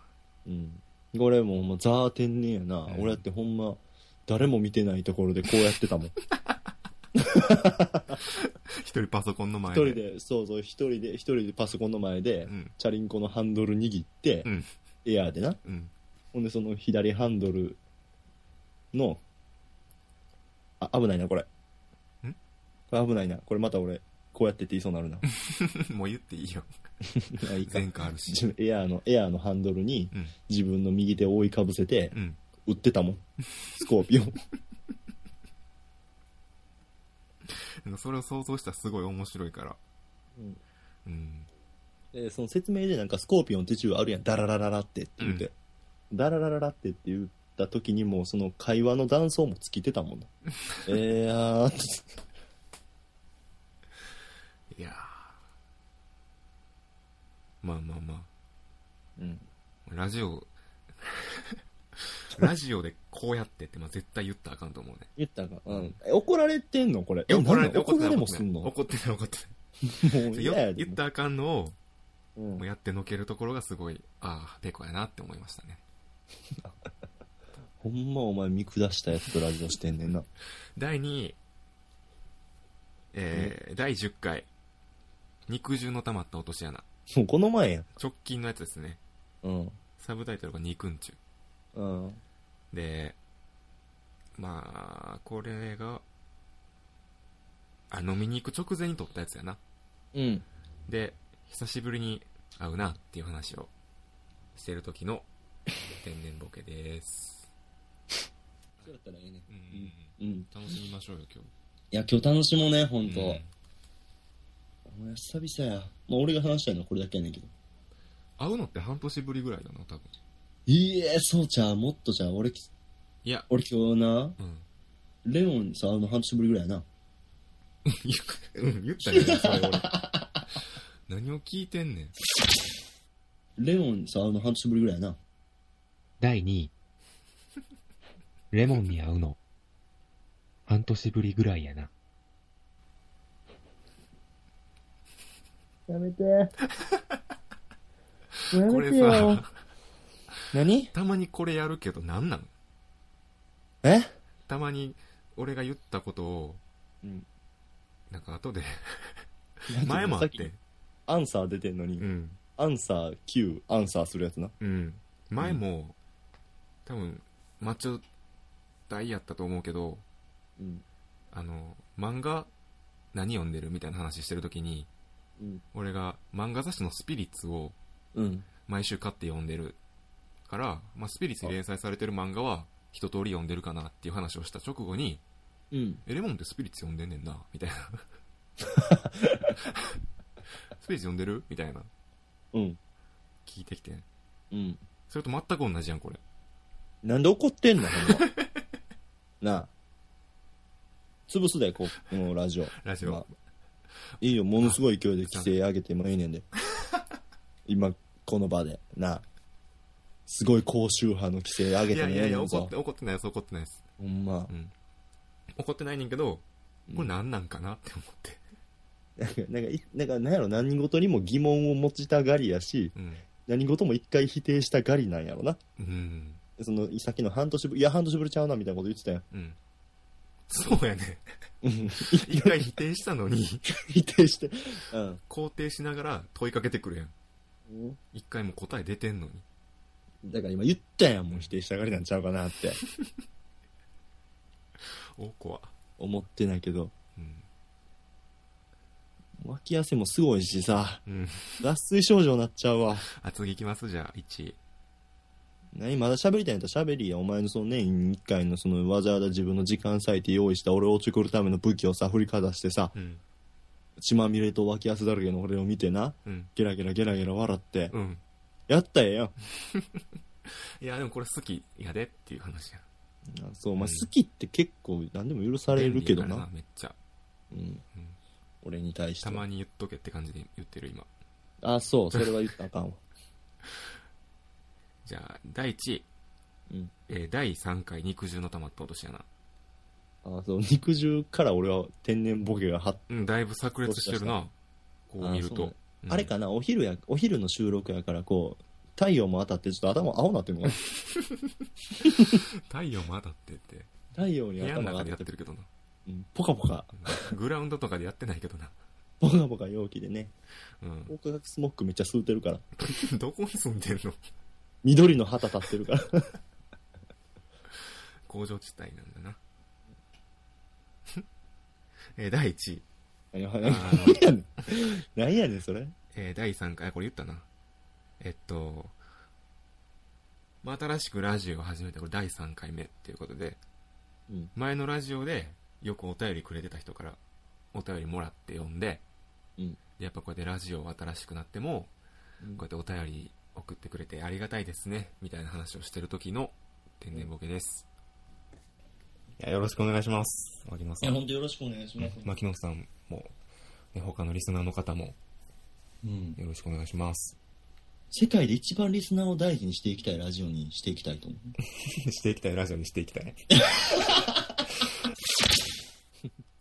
うん。これもう、もうザー天然やな。
ん
俺だってほんま、誰も見てないところでこうやって たもん。一
一人パソコンの前で。
人。で、そうそう、一人で、一人でパソコンの前で、
うん。
チャリンコのハンドル握って、
うん
エアーでな。
うん。
ほんで、その左ハンドルの、あ、危ないな、これ。
ん
これ危ないな。これまた俺、こうやってって言いそうになるな。
もう言っていいよ。
あいいか
前科あるし。
自分エアーの、エアーのハンドルに
うん。
自分の右手を覆いかぶせて、
うん。
売っ てたもん。スコーピオン。
なんかそれを想像したらすごい面白いから。うん。
で、その説明でなんかスコーピオンって銃あるやん、ダララララってって言って、ダララララってって言った時にもうその会話の断層も尽きてた もんな。えーやーって
いやーまあまあま
うん。
あ。ラジ オ、ラジオでこうやってって、まあ絶対言ったらあかんと思うね。
言ったらあかんうん。え怒られてんのこれ。え
怒られて、
なんなん怒られ
怒
も
って
すん
な
の
い
も
怒ってない、怒ってないうそうよ
嫌やで。
言ったらあかんのを、
うん
もうやってのけるところがすごい、ああ、ペコやなって思いましたね。
ほんまお前見下したやつとラジオしてんねんな。
第2位、えー第10回、肉汁の溜まった落とし穴。
もうこの前やん。
直近のやつですね。
うん。
サブタイトルが肉んちゅ。
うん。
で、まあ、これが、あ、飲みに行く直前に撮ったやつやな。
うん。
で、久しぶりに会うなっていう話をしてる時の天然ボケです。
そうだったらいいね。
うん
うん。
楽しみましょうよ、今
いや、今日楽しもうね、ほん
日。
と。
うん
お前久々や。まあ、俺が話したいのはこれだけやねんけど。
会うのって半年ぶりぐらいだな、多分。
いいえ、そうちゃう、もっとちゃう。俺き、
いや、
俺今日な、
うん。
レオンにさ、あの半年ぶりぐらいやな。
うん、言ったよね、それ 俺。何を聞いてんねん。
レオンにさ、あの半年ぶりぐらいやな。
第2位。レモンに会うの。半年ぶりぐらいやな。
やめ て。や
これさ、
何
たまにこれやるけど、なんなん
え
たまに俺が言ったことを、
うん
なんか 後で、前もあっ
さき
て、
アンサー出てんのに、
うん、
アンサー9、アンサーするやつな。
うん。前も、多分、マッチョ大やったと思うけど、
うん。
あの、漫画、何読んでるみたいな話してるときに、
うん
俺が漫画雑誌のスピリッツを
うん。
毎週買って読んでるから、まあ、スピリッツに連載されてる漫画は一通り読んでるかなっていう話をした直後に、
うん。
え、レモンってスピリッツ読んでんねんな、みたいな。スピリッツ読んでるみたいな。
うん。
聞いてきて。
うん。
それと全く同じやん、これ。
なんで怒ってんのほん ま。なあ。潰すで、ここのラジオ。
ラジオ
まあいいよ、ものすごい勢いで規制上げてもいいねんで。今、この場で。なあ。すごい高周波の規制上げ
い
て
や
もい
い
いね
やいや、
ん
怒っ
ぞ
て、。怒ってないです、怒ってないです。
ほんま
う。ん。怒ってないねんけど、これ何なんかなって思って。
なんか、なんかい、なんかなんやろ、何事にも疑問を持ちたがりやし、
うん。
何事も一回否定したがりなんやろな。
うん。
その、さっきの半年ぶり、いや、半年ぶりちゃうな、みたいなこと言ってたやん。
うん。そうや ね。
うん
一回否定したのに、
否定して。うん。
肯定しながら問いかけてくるやん。一回も答え出てんのに。
だから今言ったやん、もう否定したがりなんちゃうかなって。
お、怖。
思ってないけど。
うん。
脇汗もすごいしさ、
うん。
脱水症状になっちゃうわ。
あ、次行きます、じゃあ、1。
何まだ喋りたいんだったら喋りや。お前のその年一回のそのわざわざ自分の時間割いて用意した俺を作るための武器をさ、振りかざしてさ、
うん。
血まみれと脇汗だらけの俺を見てな、
うん。
ゲラゲラゲラゲラ笑って、
うん。
やったらええやん。
いや、でもこれ好きやでっていう話やん。
あそう、まあ、
うん
好きって結構何でも許さ
あ
れるけどな。
めっちゃ。
うん。俺に対して。
たまに言っとけって感じで言ってる、今。
あ、そう、それは言ったらあかんわ。
じゃあ、第1位。
うん
えー第3回肉汁の溜まった落とし穴。
あそう、肉汁から俺は天然ボケが張っ
うん、だいぶ炸裂してるな。こう見る
あそう
と
ね。あれかな、お昼や、お昼の収録やから、こう、太陽も当たって、ちょっと頭青なって るのかな
うん太陽も当たってって。
太陽に
部屋の
頭
中で
が当
やった
って
て
て、
るけどな。
うん、ポカポカ、
グラウンドとかでやってないけどな。
ポカポカ容器でね、
うん。
高化学スモックめっちゃ吸うてるから、
どこに住んでんの
緑の旗立って るから、
工場地帯なんだ な。えー第1位。
何や
あ
ねん、
の、
何やねん、それ。
えー第3回、あこれ言ったな。えっと、まあ、新しくラジオを始めた、これ第3回目っていうことで、
うん
前のラジオでよくお便りくれてた人からお便りもらって読んで、
うん
でやっぱこうやってラジオ新しくなっても、
うん
こうやってお便り送ってくれてありがたいですね、みたいな話をしてる時の天然ボケです。いや、よろしくお願いします。牧野さん。
当よろしくお願いします
牧野さんも、ね、他のリスナーの方も
うん。
よろしくお願いします。
世界で一番リスナーを大事にしていきたいラジオにしていきたいと思う。
していきたい、ラジオにしていきたい。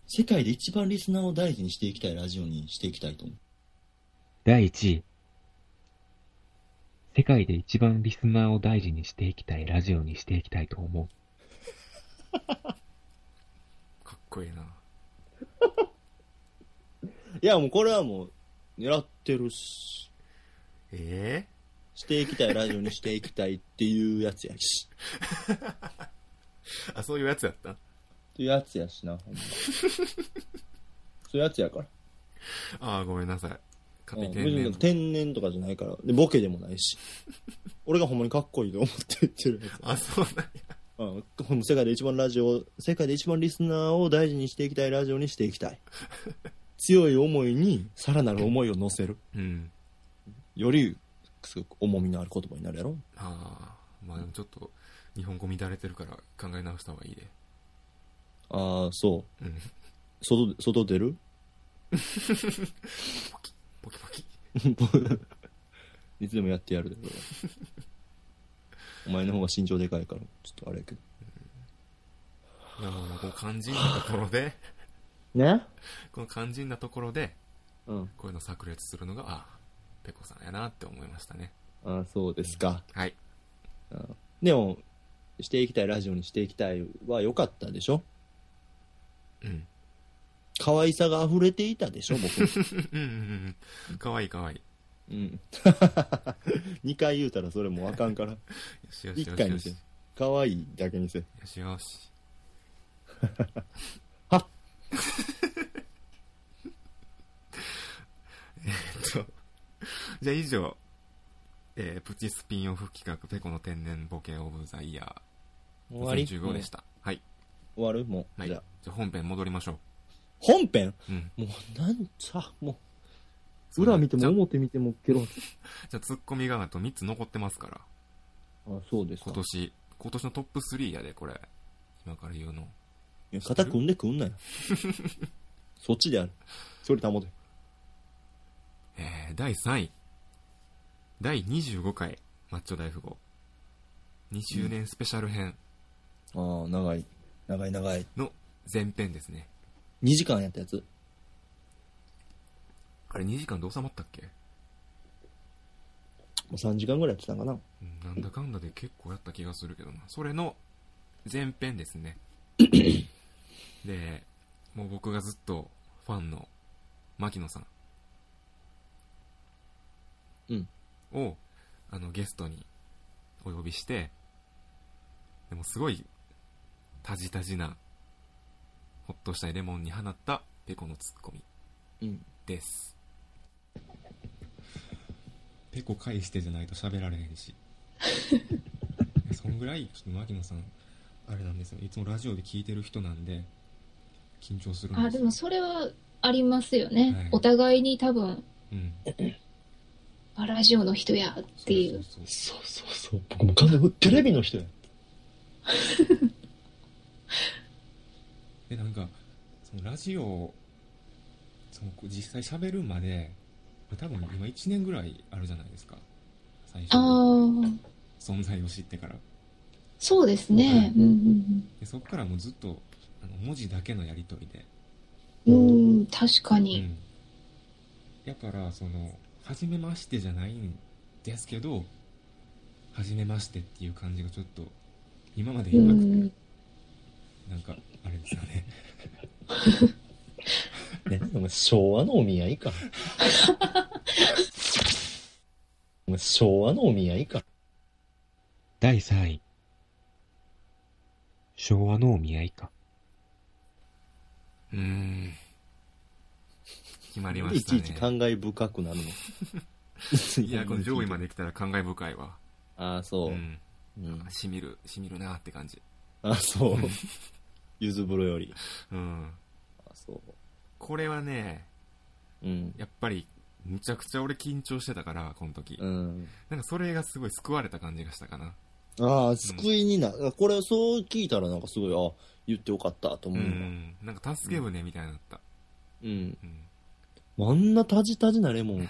世界で一番リスナーを大事にしていきたいラジオにしていきたいと思う。
第1位。世界で一番リスナーを大事にしていきたいラジオにしていきたいと思う。
かっこいいな。
いや、もうこれはもう、狙ってるし、
え
していきたいラジオにしていきたいっていうやつやし。
えあ、そういうやつやった
っていうやつやしな、ほんまそういうや つやから。
ああ、ごめんなさい。勝手
うん
に
別
天然
に天然とかじゃないから。で、ボケでもないし。 俺がほんまにかっこいいと思って言ってるやつ。
あ、そうなんや。
うん。ほんま世界で一番ラジオ、世界で一番リスナーを大事にしていきたいラジオにしていきたい。強い思いに、さらなる思いを乗せる。
うん。
より、すごく重みのある言葉になるやろ。
ああ、まあでもちょっと、日本語乱れてるから考え直した方がいいで。
ああ、そう。
うん。
外、外出る
ポキポキ。
いつでもやってやるで、俺はお前の方が身長でかいから、ちょっとあれやけど。
ああ、この肝心なところで、
ね
この肝心なところで、
うん。
こういうの炸裂するのが、ああ、ペコさんやなって思いましたね。
ああ、そうですか。
はい。
でも、していきたいラジオにしていきたいは良かったでしょ
うん。
可愛さが溢れていたでし ょ僕。
うんうんうん。かわいいかわいい。
うん。2回言うたらそれもうあかんから。
よしよし
1
よし
回
よ
に
し。
せ
よ。
可愛いだけにせ。
しよし。
はっ
えっと、じゃあ以上、えープチスピンオフ企画、ペコの天然ボケオブザイヤ
終
ー2015でした。はい。
終わるもう。
はい。じ
じゃ
ゃ
あ
あ本編戻りましょ
本編
う。うん。
もうなんさ、もう、裏見ても
じゃ
表見てもケロ。
あ、じゃあツッコミがあと3つ残ってますから。
あ、そうですか
今。年、今年のトップ3やで、これ。今から言うの。
いや肩組んで組 んなよ。そっちである。それ保て。
えー、第3位。第25回、マッチョ大富豪。2周年スペシャル編
ああ、長い。長い長い。
の前編ですね。
2時間やったやつ。
あれ2時間で収まったっけ
もう3時間ぐらいやってたんかな。
うんなんだかんだで結構やった気がするけどな。それの前編ですね。 で、もう僕がずっとファンの牧野さん。
うん
を、あの、ゲストにお呼びして、でもすごい、タジタジな、ほっとしたいレモンに放ったペコのツッコミ
うん。
です。ペコ返してじゃないと喋られへん しそのぐらいちょっと牧野さんあれなんですよいつもラジオで聞いてる人なんで緊張するん
あ
です
で
よ
もそれはありますよね、
はい
お互いに多分
うん
あラジオの人やっていう
そうそ
そうそうそう。僕も完全にテレビの人や。
うでなんかそのラジオをそのこう実際喋るまで多分今1年ぐらいあるじゃないですか最初
ああ
存在を知ってから
そうですね、うん
でそこからもうずっとあの文字だけのやり取りで
うんうん、うん、確か
う
に、
ん、だからその初めましてじゃないんですけど初めましてっていう感じがちょっと今まで
う
いなくて、
ん、
なんかあれですよね
ね、お前昭和のお見合 いか。お前昭和のお見合いか。
第3位。昭和のお見合いか。
うーん決まりま
い
し
ちいち
たね
感慨深くな るの。
いやこの上位まで来たら感慨深いわ
ああ、そうう。
ん
うん
しみるしみるなって感じ
ああ、 そう。ゆず風呂より。
うん
ああ、そ
これはね
う。うん。
やっぱりむちゃくちゃ俺緊張してたからこの時、
うん。
なんかそれがすごい救われた感じがしたかな
ああ、救いにな、これそう聞いたらなんかすごい、あ言ってよかったと
う
思うわ。うん。
ん、なんか助け舟みたいになった、うん
あんなタジタジなレモ ン、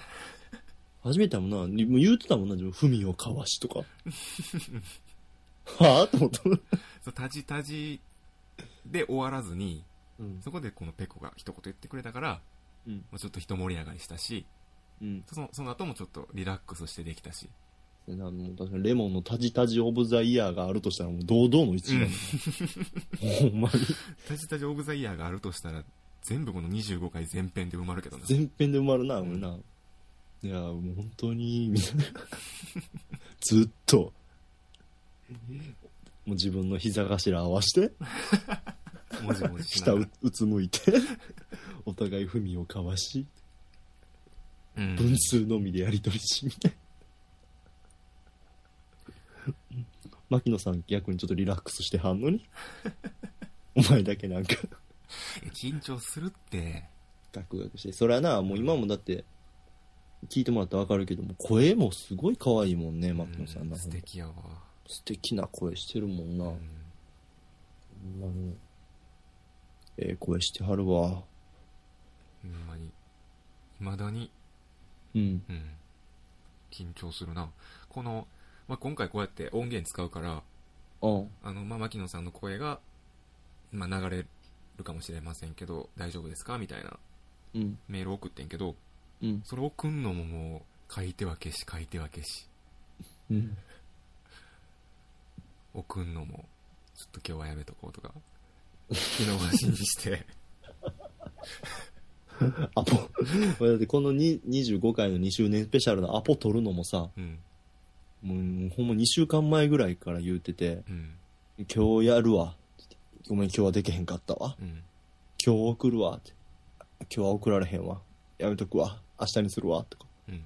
初めてやもんな、もう言うてたもんな、自分、文をかわし とか。はあと思った。
そう、タジタジで終わらずに、
うん。
そこでこのペコが一言言ってくれたから、
うん
まあちょっと一盛り上がりしたし、
うん。
そのその後もちょっとリラックスしてできたし。
なもう確かにレモンのタジタジオブザイヤーがあるとしたらもう堂々の一位だもん。 ほんまに。
タジタジオブザイヤーがあるとしたら、全部この25回全編で埋まるけどな。
全編で埋まるな、俺な。いや、もう本当に、みんな。ずっと。もう自分の膝頭合わして、
文字文字しな
下
が
う
ら。
うつむいて、お互い文を交わし、
うん
文数のみでやり取りし、みたいな。牧野さん逆にちょっとリラックスしてはん のに。お前だけなんか。
緊張するって。
ガクガクして。それはな、もう今もだって、聞いてもらったらわかるけども、声もすごい可愛いもんね、牧野さん
う
な。
素敵やわ。
素敵な声してるもんな。
う
ほん
ん
まに。ええ声してはるわ。
ほんまに。未だに、
うん。
うん。緊張するな。この、まあ、今回こうやって音源使うから、
あ
あの、まあ、牧野さんの声が、まあ、流れるかもしれませんけど、大丈夫ですかみたいな
うん。
メール送ってんけど、
うん。
それ送んのももう、書いては消し、書いては消し。
うん。
送んのも、ちょっと今日はやめとこうとか、見逃しに して、
アポ、 だってこのに25回の2周年スペシャルのアポ取るのもさ、
うん、
もうほんま2週間前ぐらいから言うてて、
うん、
今日やるわ。ごめん、今日はできへんかったわ。
うん。
今日送るわって今日は送られへんわやめとくわ明日にするわとか、
うん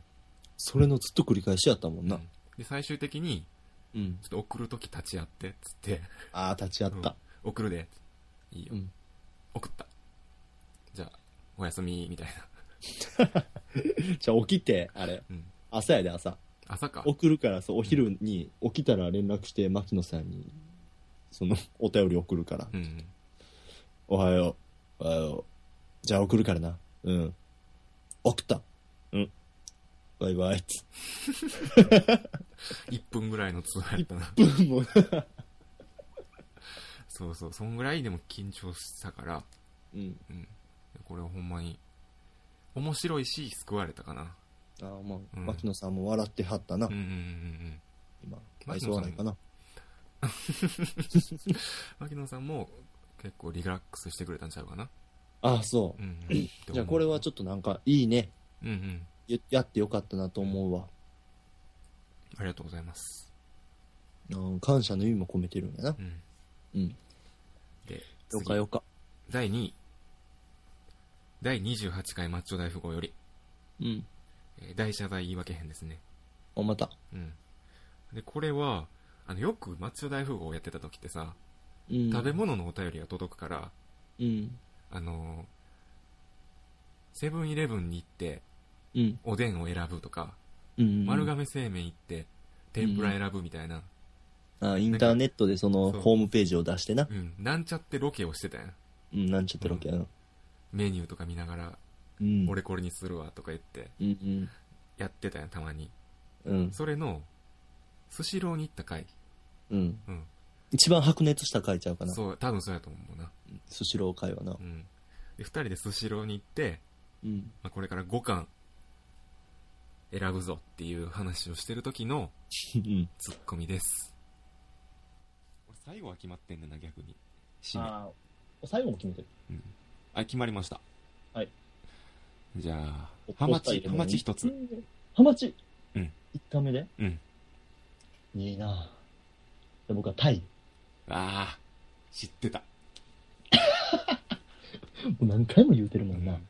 それのずっと繰り返しやったもんな
うんで、最終的に、
うん
ちょっと送るとき立ち会って、つって、
ああ立ち会った、
送るで。いいよ。
うん
送った。じゃあ、おやすみ、みたいな。
じゃあ起きてあれ
うん。
朝やで朝
朝か。
送るからそうお昼に起きたら連絡して牧野さんにそのお便り送るから、
うん。
おはようおはようじゃあ送るからなうん送ったうんバイバイつ
1分ぐらいの通話やったな。
ってもう
そうそう。そんぐらいでも緊張したから、
うん
うん。これはほんまに、面白いし、救われたかな。
あーまあ、
うん
牧野さんも笑ってはったな、
うんうんうんうん。
今愛
牧
想
野さん
笑いかな
牧野さんも結構リラックスしてくれたんちゃうかな。
ああそう
うんうん。
じゃあこれは
ょ
ちょっとなんかいいね
うんうん。
ややってよかったなと思うわ、
ありがとうございます。
うん、感謝の意味も込めてるんやな
うん。
うん
で、
よ
次
かよか
第2位。第28回マッチョ大富豪より、
うん
えー大謝罪言い訳編ですね。
おまた
うん。で、これは、あの、よくマッチョ大富豪をやってた時ってさ、
うん
食べ物のお便りが届くから、
うん
あのーセブンイレブンに行って、
うん
おでんを選ぶとか、
うん
丸亀製麺行って、天ぷら選ぶみたいな、
あインターネットでその
そう
ホームページを出してな
うん、なんちゃってロケをしてたやん。
うんなんちゃってるわけやな
メニューとか見ながら、
うん
俺これにするわとか言って、
うん
やってたやん、たまに。
うんうん
それの、スシローに行った回。
うん
うん。
一番白熱した回ちゃうかな
そう、多分そうやと思うな。
スシロー会は
う
な
ん。で、二人でスシローに行って、
うん
まあ、これから5巻、選ぶぞっていう話をしてる時の
うん
ツッコミです。俺最後は決まってんねんな、逆に。締め
ああ、最後も決めてる。
あ、決まりました。
はい。
じゃあ
お、
ハマ
お二
チ、
人と
ハ
も
マチ一つ。
ハマチ
うん。
一回目で
うん。
いいなで僕はタイ。
ああ、知ってた。
もう何回も言うてるもん
う
な。
ん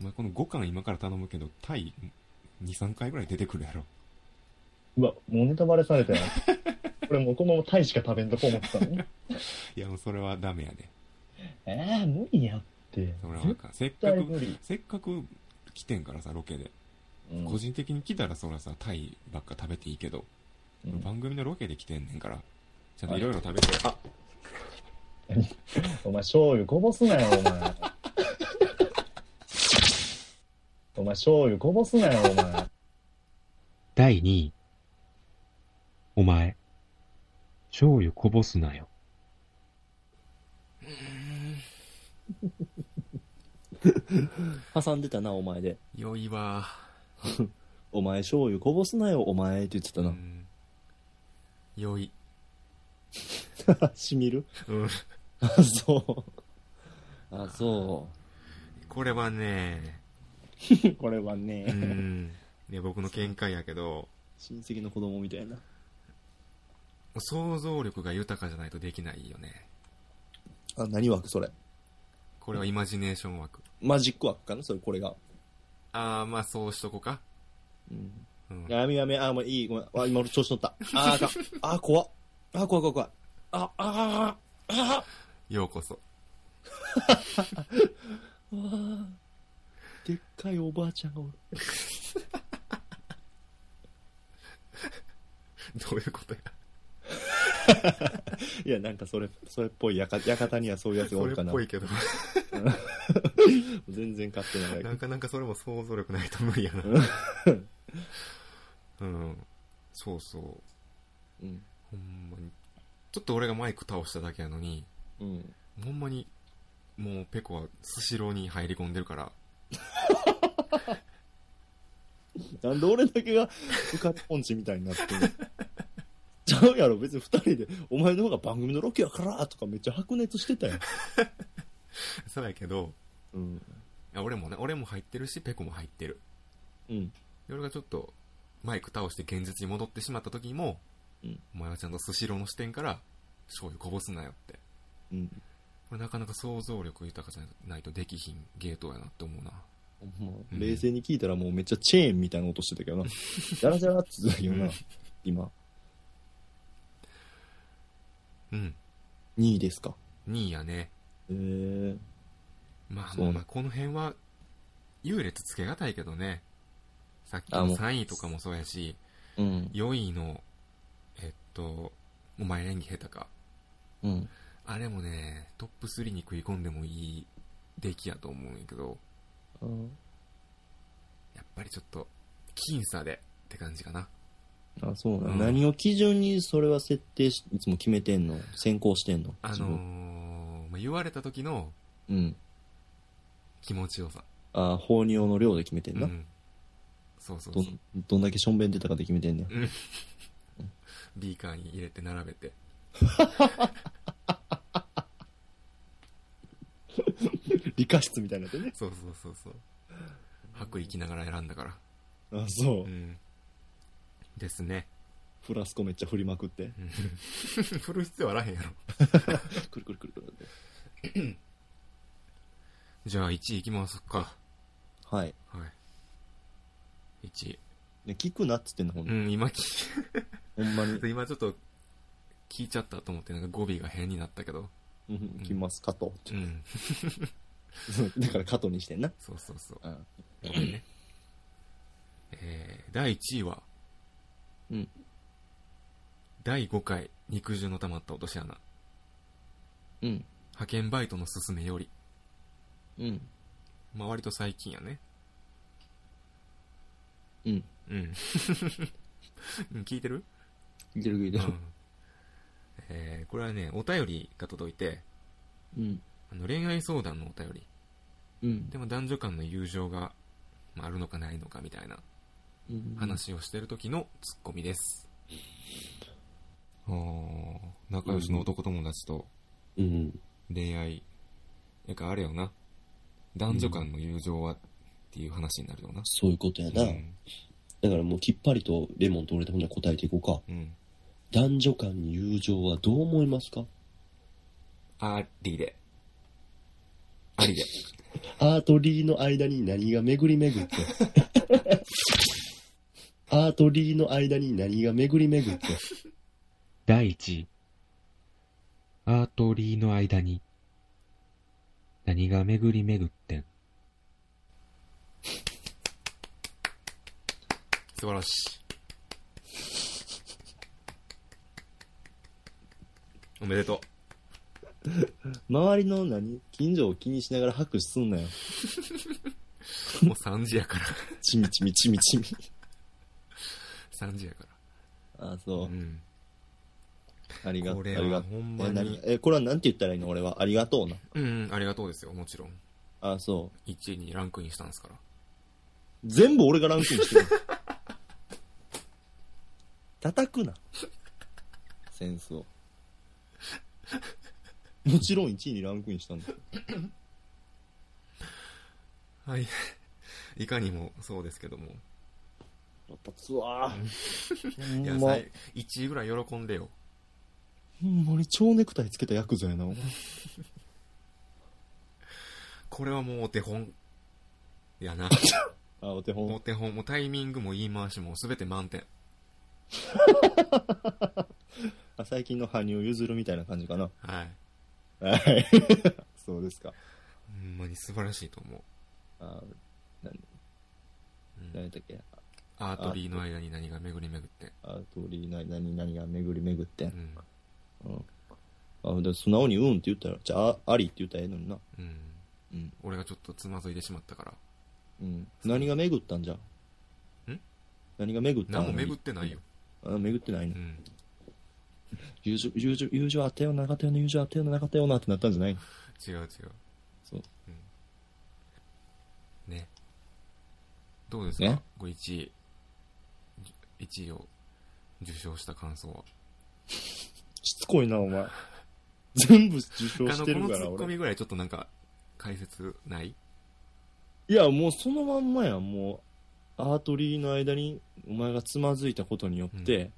お前この5巻今から頼むけど、タイ2、3回ぐらい出てくるやろ。
うわ、もうネタバレされたよ。 俺もうこのままタイしか食べんとこ思ってたのに。
いや、もうそれはダメやで。
ええ、無理やって。
それはあ
絶
かんせっか
対
く、
無理。
せっかく来てんからさ、ロケで。
うん
個人的に来たらそらさ、タイばっか食べていいけど、
うん
番組のロケで来てんねんから、ちゃんといろいろ食べて、あ
お前、醤油こぼすなよ、お前。お前、醤油こぼすなよ、お前。
第2位。お前、醤油こぼすなよ。
挟んでたなお前で
良いわ。
お前醤油こぼすなよお前って言ってた
う
な、
ん。良い。
しみる
うん。
あそうあそ
これはね、
う これはね
うん。ね、僕の見解やけど、
親戚の子供みたいな
想像力が豊かじゃないとできないよね。
あ何枠それ
これはイマジネーション枠。
マジック枠かなそれこれが、
あー、まあそうしとこか。うん。
やめやめあもういいごめんあ今俺調子乗ったあーあかんあー怖っあー怖い怖い怖いああああ
ようこそ。
ーあーでっかいおばあちゃんがおる
どういうことや。
いやなんかそれそれっぽいやか館にはそういうやつがお
そ
る
れ
か
っ
な
ぽいけど、
全然勝手な
な
や
かなかそれも想像力ないと無理やな。うん。そうそう。
うん
ほんまに。ちょっと俺がマイク倒しただけやのに、
うん
ほんまに、もうペコはスシローに入り込んでるから、
なんで俺だけが部活ポンチみたいになってる ちゃうやろ、別に二人で、お前の方が番組のロケやからとかめっちゃ白熱してたやん。
そうやけど、
うん。
いや俺もね、俺も入ってるし、ペコも入ってる。
うん。
で俺がちょっと、マイク倒して現実に戻ってしまった時にも、
うん
お前はちゃんとスシローの視点から、醤油こぼすなよって。
うん。
これなかなか想像力豊かじゃないとできひんゲートやなって思うな。
ほんま冷静に聞いたらもうめっちゃチェーンみたいな音してたけどな。ジャラジャラって言ってたけど
う、
なん今。
うん。
2位ですか。
2位やね。
えー、
まあ
そう
まあ
ね
まあ、この辺は、優劣つけがたいけどね。さっき
あ
の
もう
3位とかもそうやし、
うん。
4位の、えっと、お前演技下手か。
うん。
あれもね、トップ3に食い込んでもいい出来やと思うんやけど、やっぱりちょっと、僅差でって感じかな。
あ、そうな、
うん
ん、何を基準にそれは設定し、いつも決めてんの先行してんの
あ
自
の
分
ー、まあ、言われた時の
うん。
気持ちよさ。
あ、放尿の量で決めてん
う
な。
ん。そうそうそ
ど
う。、
どんだけしょんべん出たかで決めてんねん。
ビーカーに入れて並べて。
理科室みたいになってね。
そうそうそうそう。白衣着ながら選んだから。
あ、そう。
うん。ですね。
フラスコめっちゃ振りまくって。
うん 振る必要あらへんやろ。
くるくるくるくるって。
じゃあ1位いきますか。
はい。
はい。1位。
ね、聞くなっつってんの、ほん,、
うん、今聞
ほんまに。
い、今ちょっと聞いちゃったと思って、なんか語尾が変になったけど。
うん来ます、加藤。
うん。
だから加藤にしてんな。
そうそうそう。
うん。
ごめんね。えー、第1位は、
うん。
第5回肉汁の溜まった落とし穴。
うん。
派遣バイトのすすめより。
うん。
まあ割と最近やね。
うん。
うん。うん 聞いてる
いてる聞いてる
う。んえーこれはね、お便りが届いて、
うん。
あの恋愛相談のお便り。
うん
で。も男女間の友情が、まあ、あるのかないのかみたいな
うん。
話をしてる時のツッコミです。
あー仲良しの男友達と
うん。
恋愛。やかあれよな。男女間の友情はっていう話になるよな。
そういうことやな。
うん。
だからもうきっぱりとレモンと俺でほんなら答えていこうか。
うん。
男女間に友情はどう思いますか
ありで。ありで。
アートリーの間に何が巡り巡って。アートリーの間に何が巡り巡って。
第一位。アートリーの間に、何が巡り巡ってん。
素晴らしい。おめでと
周りの何近所を気にしながら拍手すんなよ。
う。もう3時やから。
ちみちみちみちみ。
3時やか
あ、
ら。
そうう。
ん。
ありがと
こ
う。
れ
あり
は
がとう。
ほんま
え、何
に。
え、これはなんて言ったらいいの俺は。ありがとうな。
うん、ありがとうですよ、もちろん。
あ、そう。
1位にランクインしたんですから。
全部俺がランクインしてる。叩くな。センスを。もちろん1位にランクインしたんだ。
はい。 いかにもそうですけども。
立つわほ
いや、
んま、
1位ぐらい喜んでよ。
ほんまに蝶ネクタイつけたヤクザやな、お前
これはもうお手本。やな。
あ、お手
お
本。
手本もタイミングも言い回しも全て満点。
あ、最近の羽生結弦みたいな感じかな。
はい。
はい。そうですか。
ほんまに素晴らしいと思う。
あ、
うん
何だっけ。
アートリーの間に何が巡り巡って。
あ、通りな、何、何が巡り巡って
う。ん。
うん。あ、で素直にうんって言ったら、じゃあ、ありって言ったらええのにな。
うん。
うん。
俺がちょっとつまずいてしまったから。
うん。何が巡ったんじゃん。
ん
何が巡ったん
何も巡ってないよ。。
あ、巡ってないうの。
ん。
友情、友情、友情あったような、なかったような、友情あったような、なかったようなってなったんじゃないの
違う違う。
そう。
うん。ね。どうですか
ね
これ1位。1位を受賞した感想は。
しつこいな、お 前。全部受賞
あ
し
の、
て
こ
る
の
か
ツ
ら、
ッコ
俺。
ミぐらいちょっとなんか、解説ない
いや、もうそのまんまやん、もう、アートリーの間に、お前がつまずいたことによって、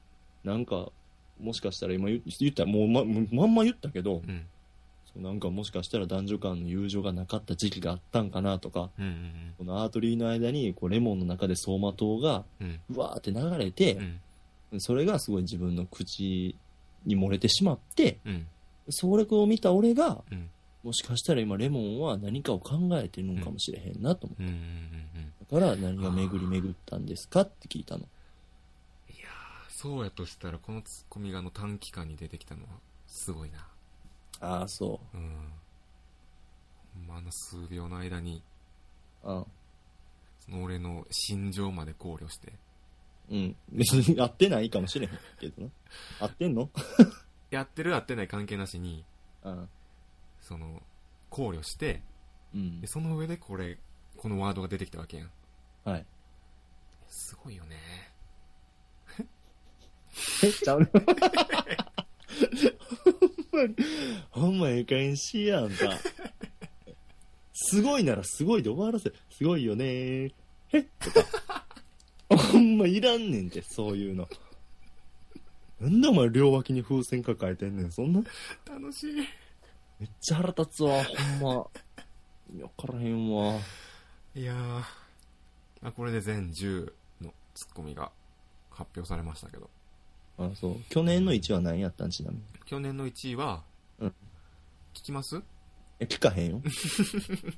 なんか、もしかしたら今言言った、もうままんま言ったけど、
うん。
そうなんかもしかしたら男女間の友情がなかった時期があったんかなとか、
うんうん
このアートリーの間に、こう、レモンの中で走馬灯が、
うん
うわーって流れて
う、ん。
それがすごい自分の口に漏れてしまって、
うん。
それを見た俺が、
うん
もしかしたら今レモンは何かを考えてるのかもしれへんなと思
うん。うん。うん。うん。
ったから、何が巡り巡ったんですかって聞いたの。
そうやとしたら、このツッコミがあの短期間に出てきたのは、すごいな。
ああ、そ
うん。ほんまあの数秒の間に、
う。あ
その俺の心情まで考慮して。
うん。別に合ってないかもしれへんけどな。合ってんの
やってるやってない関係なしに、
あ
その、考慮して、
うん
で。その上でこれ、このワードが出てきたわけやん。
はい。
すごいよね。
え、ちゃ うね。ほんまに、ほんまええ加減しやんか。すごいならすごいで終わらせ。すごいよねー。へっとか。ほんまいらんねんて、そういうの。なんでお前両脇に風船抱えてんねん、そんな。
楽しい。
めっちゃ腹立つわ、ほんま。分からへんわ。
いやー、あこれで全10のツッコミが発表されましたけど、
あ、そう。去年の1は何やったんちなみに。
去年の1位は、
うん
聞きます
え、聞かへ んよ。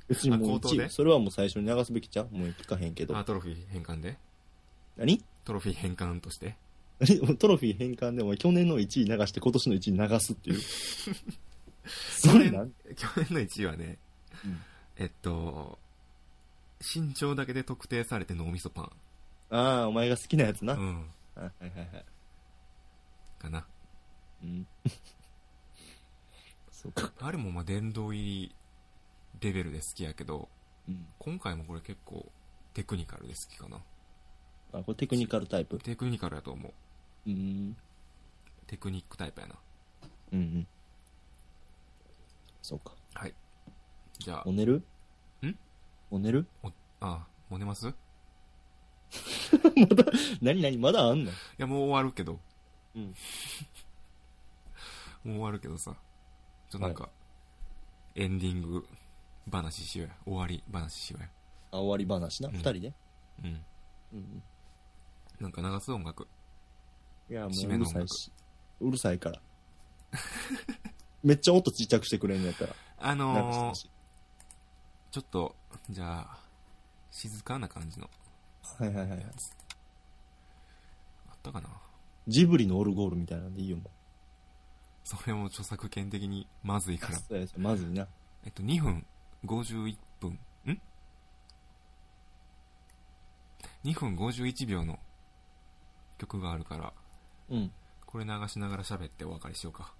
別にもう
あ口頭
1
で
位、それはもう最初に流すべきちゃうもう聞かへんけど
あ。トロフィー返還で
何
トロフィー返還として
何 トロフィー返還でも去年の1位流して今年の1位流 すっていう。それなん
去年の1位はね、
うん
えっと身長だけで特定されて脳みそパ
ああ、お前が好きなやつな。
ン、うん、
あはいはいはい。
かな
うん。 そうか。
あれもまあ殿堂入りレベルで好きやけど
うん。
今回もこれ結構テクニカルで好きかな
あ、これテクニカルタイプ。
テクニカルやと思う
うん。
テクニックタイプやな
うんうん。そうか。
はいじゃあ
もう寝る
ん
もう寝る
おあもう寝ますい
まだ、何何まだあ んの
やもう終わるけど
うん。
もう終わるけどさ。ちょっとなんか、エンディング話しようや。終わり話しようや。
あ、終わり話な。
うん
二人で。
うん。
うん。
なんか流す音楽。
いや、も
締
う
め
う
の
る
音
さ
楽
いし。うるさいから。 めっちゃ音ちっちゃくしてくれんのやったら。
あ
なんかして
の
ほ
ー
し、い
ちょっと、じゃあ、静かな感じの。
はいはいはい。
あったかな
ジブリのオルゴールみたいなんでいいよ、もう。
それも著作権的にまずいから。
そうやそうまずいな。
えっと、2分51分。ん ?2 分51秒の曲があるから、
うん。
これ流しながら喋ってお別れしようか。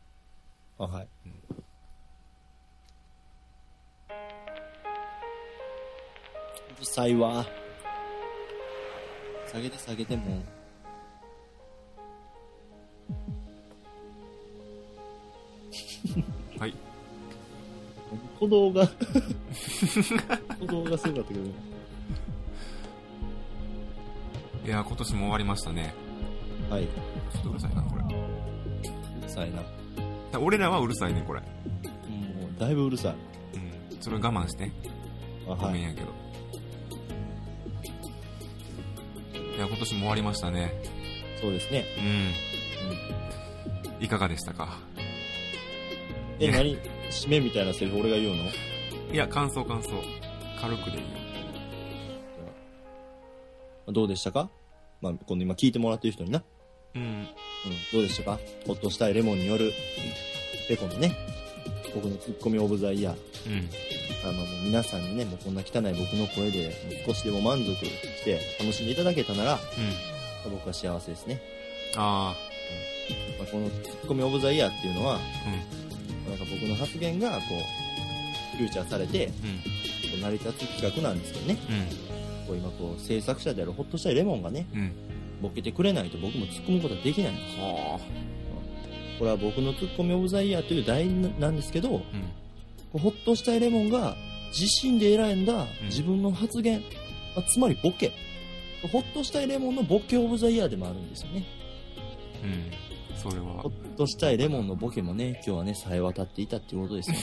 あ、はい。うるさいわ。下げて下げて もう。
はい。
鼓動が、 鼓動がすごかったけど。
いやー、今年も終わりましたね。
はい。う
ちょっとうるさいな、これ。
るさいな。も
俺らはうるさいねこれ、
う、だいぶうるさい。
うん、それ我慢してご
あ、は
めん
い。
やけど、い、や今年も終わりましたね
そうですね。
うん、いかがでしたかい
え、
や
何締めみたいなセリフ俺が言うの
いや感想感想軽くでいいよ
どうでしたかまあ、この今聞いてもらってる人にな。
うん
うん、どうでしたかほっとしたいレモンによる、ペコのね、僕のツッコミオブザイヤー。
うん
あまあもう皆さんにね、もうこんな汚い僕の声で、もう少しでも満足して楽しんでいただけたなら、
うん
僕は幸せですね。
あ
まあ、このツッコミオブザイヤーっていうのは、
あ
なんか僕の発言が、こう、フューチャーされて、こ
うんうん
う成り立つ企画なんですけどね。こう今こう、制作者であるほっとしたいレモンがね、
うんうん
ボケてくれないと僕も突っ込むことはできないんですよ。
は
これは僕のツッコミオブザイヤーという題なんですけど、
うん。
ホッとしたいレモンが自身で選ん
う
だ
ん
自分の発言、まあつまりボケ。ホッとしたいレモンのボケオブザイヤーでもあるんですよね。
うん。それは
ホ、ッとしたいレモンのボケもね、今日はね、さえ渡っていたっていうことですよ ね。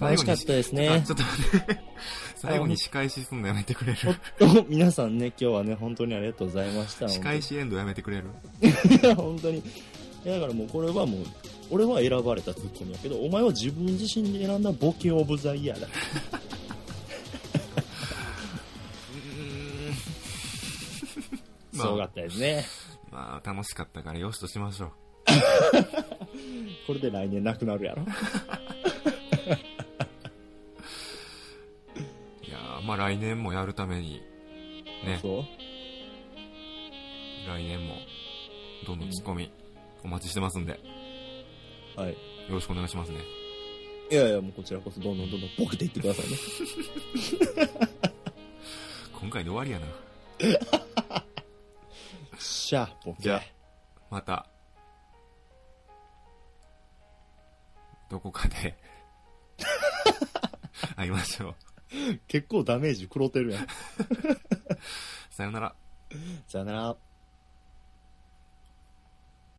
楽しかったです
あ、
ね。
ちょっと待って。 最後に仕返しすんのやめてくれ
ほ
る
っと、皆さんね、今日はね、本当にありがとうございました。
仕返しエンドやめてくれる
いや 本当にいやだからもうこれはもう俺は選ばれたツッコミだけどお前は自分自身で選んだボケオブザイヤーだ
まあ
そうだったですね
まあ、楽しかったからよしとしましょう。
これで来年なくなるやろ
いやーまあ来年もやるために、ね、
そう
来年も、どんどんツッコミ、お待ちしてますんで、よ
はい
ろしくお願いしますね。
いやいやもうこちらこそどんどんどんどんボケていってくださいね
今回で終わりやな。
しゃあボケ
じゃあまた、どこか で、会いましょう。
結構ダメージ食ろてるやん
さよなら。
さよなら